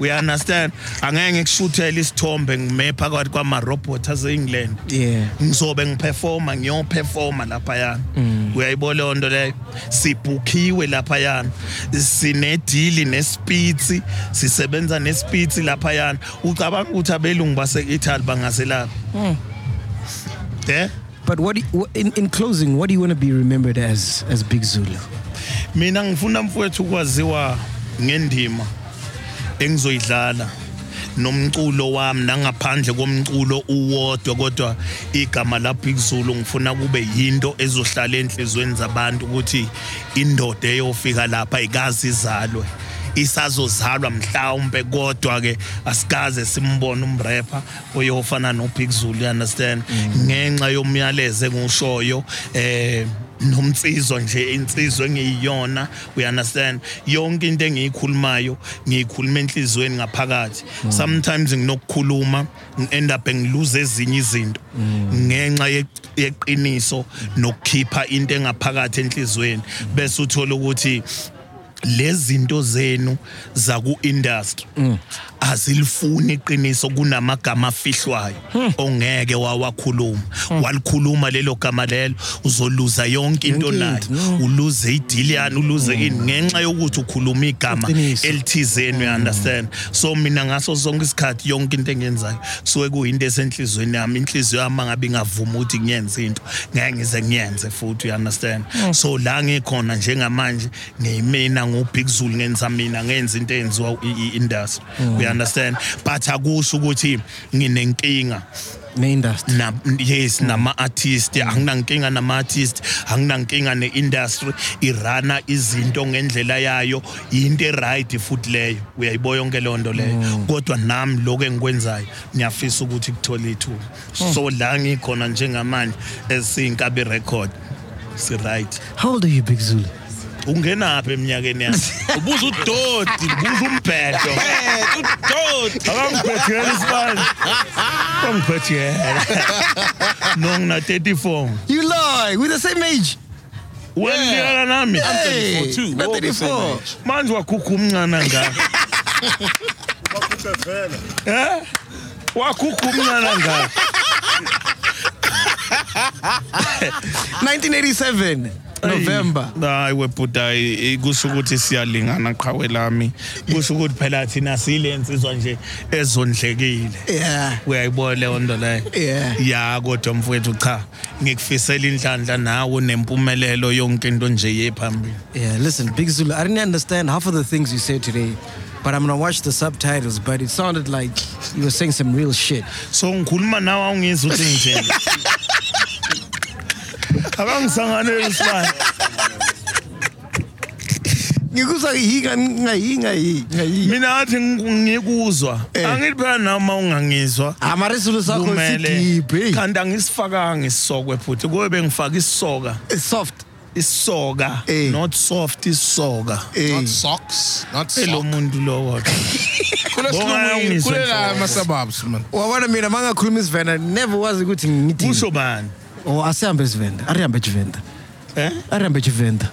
we understand angeke ngikushuthele isithombe ngime phakathi kwamarobot ase-england
Yeah.
ngizobe ngiperforma ngiyoperforma laphayana uyayibo leyo nto leyo sibhukhiwe laphayana sinedili nespitsi sisebenza nespitsi laphayana ucabanga ukuthi abelungu base-italy bangase lapha eh
But what, do you- wh- in, in closing, what do you want to be remembered as as Big Zulu?
mina ngifuna mfowethu ukwaziwa ngendima engizoyidlala nomculo wami nangaphandle komculo uwodwa kodwa igama lapho ikuzulu ngifuna kube yinto ezohlala enhlizweni zabantu ukuthi indoda eyofika lapha ayikazi izalwe isazozalwa mhlawumbe kodwa ke asikaze simbone umrapper oyofana noBig Zulu you understand ngenxa yomyalezo engishoyo eh nomtsizwa nje insizwe engiyiyona we understand yonke into engiyikhulumayo ngiyikhuluma enhlizweni ngaphakathi sometimes nginokukhuluma end up ngiluze ezinye izinto ngenxa ye- yeqiniso nokukhipha into engaphakathi enhlizweni bese uthola ukuthi lezinto zenu za ku industry
Mm.
azilifuni iqiniso kunamagama afihlwayo
Hmm.
ongeke wawakhuluma walikhuluma lelo gama lelo uzoluza yonke into
Yonke
nayo
into, hmm. no.
uluze idiliyani uluze ini ngenxa yokuthi ukhuluma igama
Iqiniso.
elithizeni you understand so mina ngaso sonke isikhathi yonke into engiyenzayo kusuke kuyinto esenhlizweni yami inhliziyo yami angabe ingavuma ukuthi ngiyenze into ngeke ngize ngiyenze futhi you understand so la ngikhona njengamanje ngiyimina ngubig zulu ngenza mina ngenza into eyenziwa i-industry we understand but akusho ukuthi nginenkinga
ne-industry
na yes nama-artist anginankinga nama-artist anginankinga ne-industry irana izinto ngendlela yayo yinto eright futhi leyo uyayibo yonke leyo nto leyo kodwa nami lokhu engikwenzayo ngiyafisa ukuthi kuthole ithuba so la ngikhona njengamanje esiyinkabi record si-right
how old are you big zulu
ungenaphi eminyakeni yami ubuza udodi ubuza umbhedo
Don't.
akangiphethekela isibani bangiphethekela no ngina-34
you lie we're the same age
wendikana nami
Hey,
34 too.
we're
We're all the same
34.
manje wakhukha umncane ngani Eh? wakhukha umncane ngani
Ah.
1987 november
hayi webhuda i- i- kusho ukuthi siyalingana qhawe lami kusho ukuthi phela thina siyile nsizwa nje ezondlekile
yeah
uyayibona leyo nto leyo
Yeah.
ya kodwa mfowethu cha ngikufisela inhlanhla nawe nempumelelo yonke into nje yephambili
Yeah, listen, Big Zulu, I didn't understand half of the things you said today, but I'm gonna watch the subtitles. But it sounded like you were saying some real shit.
so ngikhuluma nawe awungizwa ukuthi ngitheni akangisanganeli isibani
I'm
mina athi ngikuzwa
Eh.
angithi phela nawe uma ungangizwa
a Zulu sakho
kumele
sidibhe.
kanti angisifakanga isisokwe futhi kuye bengifaka isisoka
It's soft.
isisoka
Eh.
not soft isisoka
Eh.
Mm.
Not socks. Not
elo
socks.
muntu lowo
Kulesilungu,
Bonga
kulela
ngisho.
ama-suburbs, man.
wabona mina mangakhuluma isivenda never wazi ukuthi ngithini
kusho bani
or asihambe isivenda arihambe ejivenda
eh
arihambe ejivenda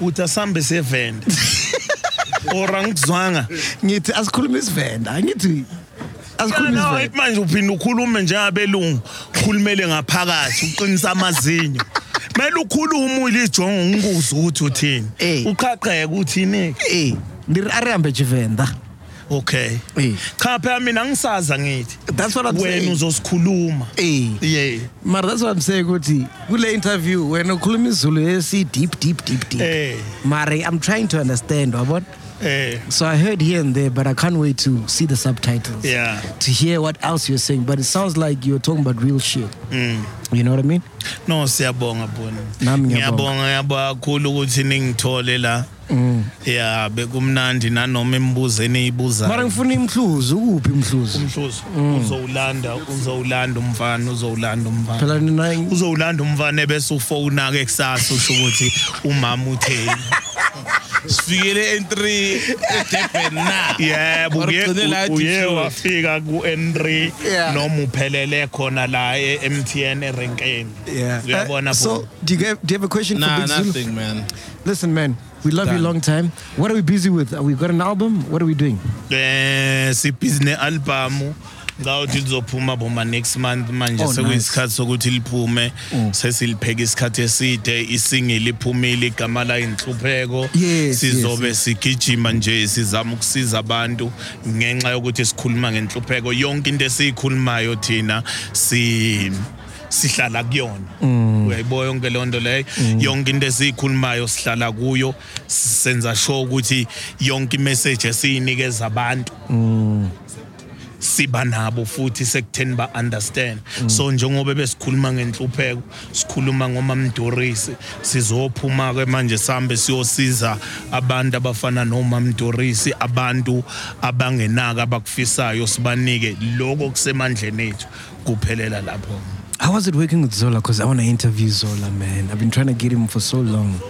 uthi asambe sevenda or angikuzwanga
ngithi asikhulume isivenda angithi asikhulume
nawe
isivenda
manje uphinde ukhulume njengabelungu ukhulumele ngaphakathi uqinisa amazinyo kumele ukhulume ulijonge unguze ukuthi uthini
Eh.
uqaqeke uthini
eh ndiri arihambe ejivenda
okay
eh
cha phela mina ngisaza ngithi
that's what i'm
wena
saying
uzosikhuluma
eh
yeah
mara that's what i'm saying ukuthi kule interview wena ukhuluma isizulu esi deep deep deep deep
eh
mara i'm trying to understand wabona
eh
so i heard here and there but i can't wait to see the subtitles
yeah
to hear what else you're saying but it sounds like you're talking about real shit
Mm.
you know what i mean
no siyabonga bona
Nami ngiyabonga.
ngiyabonga yabonga kakhulu ukuthi ningithole la
Mm.
yeah bekumnandi nanoma imibuzo eniyibuza
mara ngifuna imhluzi ukuphi imhluzi
umhluzi
Mm.
uzowulanda uzowulanda umfana uzowulanda umfana
phela nina
uzowulanda umfana ebese ufowuna ke kusasa usho ukuthi umama utheni
Sifikele entry eDurban na.
yebo uye-
Wagcine la
u- uye
eDishoes.
wafika ku-enry
Yeah.
noma uphelele khona la e-mtn erenkeni
yeah
uyabona
Uh, so
bo?
do you, have, do you have a question for
Nah,
Big Zulu?
nothing, man.
listen man we love you
Done.
long time what are we busy with Are we got an album what are we doing
eh sibhizi ne-albhamu ngawuthi lizophuma boma next month manje
Oh,
sekuyisikhathi sokuthi liphume sesilipheka isikhathi eside isingeli iphumile igama la inhlupheko
Yes,
sizobe
yes,
sigijima nje sizama ukusiza abantu ngenxa yokuthi sikhuluma ngenhlupheko yonke into esiyikhulumayo thina si sihlala kuyona
Mm.
uyayiboya yonke leyo nto leyo yonke into esiyikhulumayo sihlala kuyo senza sure ukuthi yonke imeseji esiyinikeza abantu siba nabo futhi sekutheni ba-understand so njengoba besikhuluma ngenhlupheko sikhuluma ngomamdorisi sizophuma-ke manje sihambe siyosiza abantu abafana nomamdorisi abantu abangenako abakufisayo sibanike loko kusemandleni ethu kuphelela lapho
How was it working with Zola? Because I want to interview Zola, man. I've been trying to get him for so long.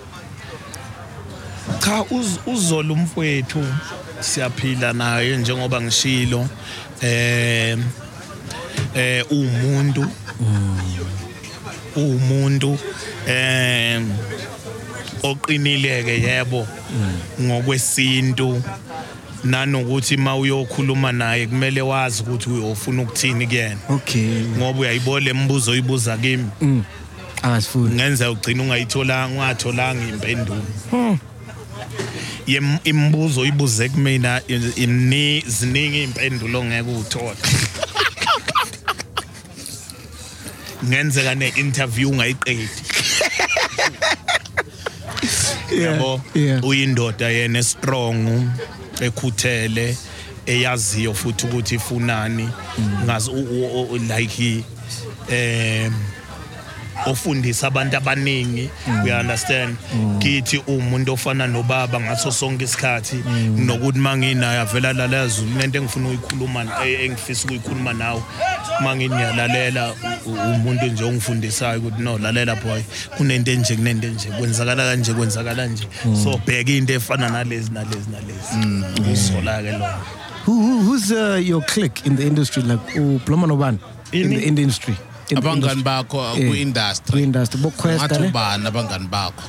cha uz- uzola umfowethu siyaphila naye njengoba ngishilo eh eh umuntu umuntu eh oqinile ke yebo ngokwesintu nanokuthi mawuyokhuluma naye kumele wazi ukuthi uyofuna ukuthini kuyena
Okay.
ngoba uyayibona lembuzo oyibuza kimi
Ah, it's food.
ngenza ugcina ungayitholanga ungatholanga impendulo Yem- imibuzo oyibuze kumina i- imni- ziningi iy'mpendulo ongeke uthole ngenzeka ne-interview ungayiqedi yabo
yeah.
uyindoda yena strong ekhuthele eyaziyo futhi ukuthi ifunani
Mm.
ngazi u- u- u- like eh, em ofundisa abantu abaningi we understand kithi umuntu ofana nobaba ngaso sonke isikhathi nokuthi manginayo avela lalazo into engifuna ukuyikhuluma eh, engifisa ukuyikhuluma nawe mangiyalalela umuntu nje ongifundisayo ukuthi no lalela boy kunento enje kunento enje kwenzakala kanje kwenzakala nje so bheka into efana nalezi nalezi nalezi usola ke lo
Who, who, who's uh, your clique in the industry? Like, oh, Plumber Noban in
Ini?
the, in the industry. In the
abangani
industry.
bakho
Yeah.
kwi-industry
Kwi-industry. Bokwesta, ne?
mathubani abangani bakho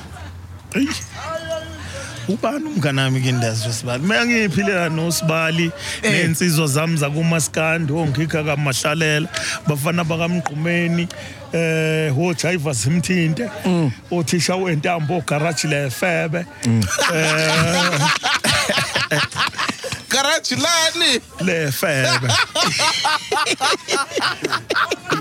ubani umnganami kindazi wesibali mina ngiyiphilela nosibali nensizwa zami zakumaskandi ongikhikha kamahlalela bafana bakamgqumeni eh hojayiva zimthinte othisha wentambo oh, ogaraji lefebe
garaji lani
lefebe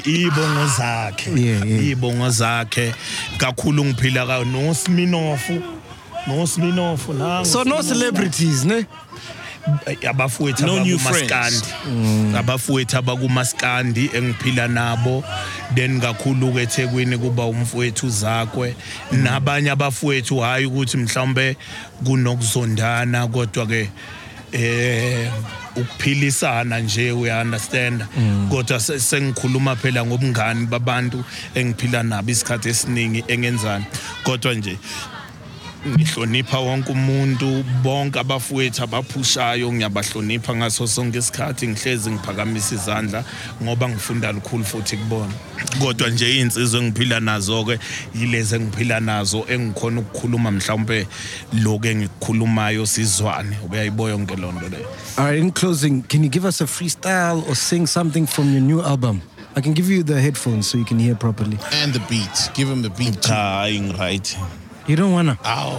ibongo zakhe
Yeah, yeah.
ibongo zakhe kakhulu ngiphila kayo nosiminofu nosiminofu nangu
So no celebrities, ne?
eh, abafowethu
No new
abakumaskandi Mm. abafowethu abakumaskandi engiphila nabo then kakhulu ke eThekwini kuba umfowethu zakwe
Mm.
nabanye abafowethu hayi ukuthi mhlawumbe kunokuzondana kodwa ke eh ukuphilisana nje we understand
Mm.
kodwa se- sengikhuluma phela ngobungani babantu engiphila nabo isikhathi esiningi engenzani kodwa nje ngihlonipha wonke umuntu bonke abafowethu abaphushayo ngiyabahlonipha ngaso sonke isikhathi ngihlezi ngiphakamisa izandla ngoba ngifunda lukhulu futhi kubona kodwa nje iy'nsizwa engiphila nazo-ke yilezi engiphila nazo engikhona ukukhuluma mhlawumpe loku engikukhulumayo sizwane uyayibo yonke loo nto leyo
All right, in closing, can you give us a freestyle or sing something from your new album? I can give you the headphones so you can hear properly.
and the beat give him the beat too.
hayi ngi-right
You don't wanna?
awu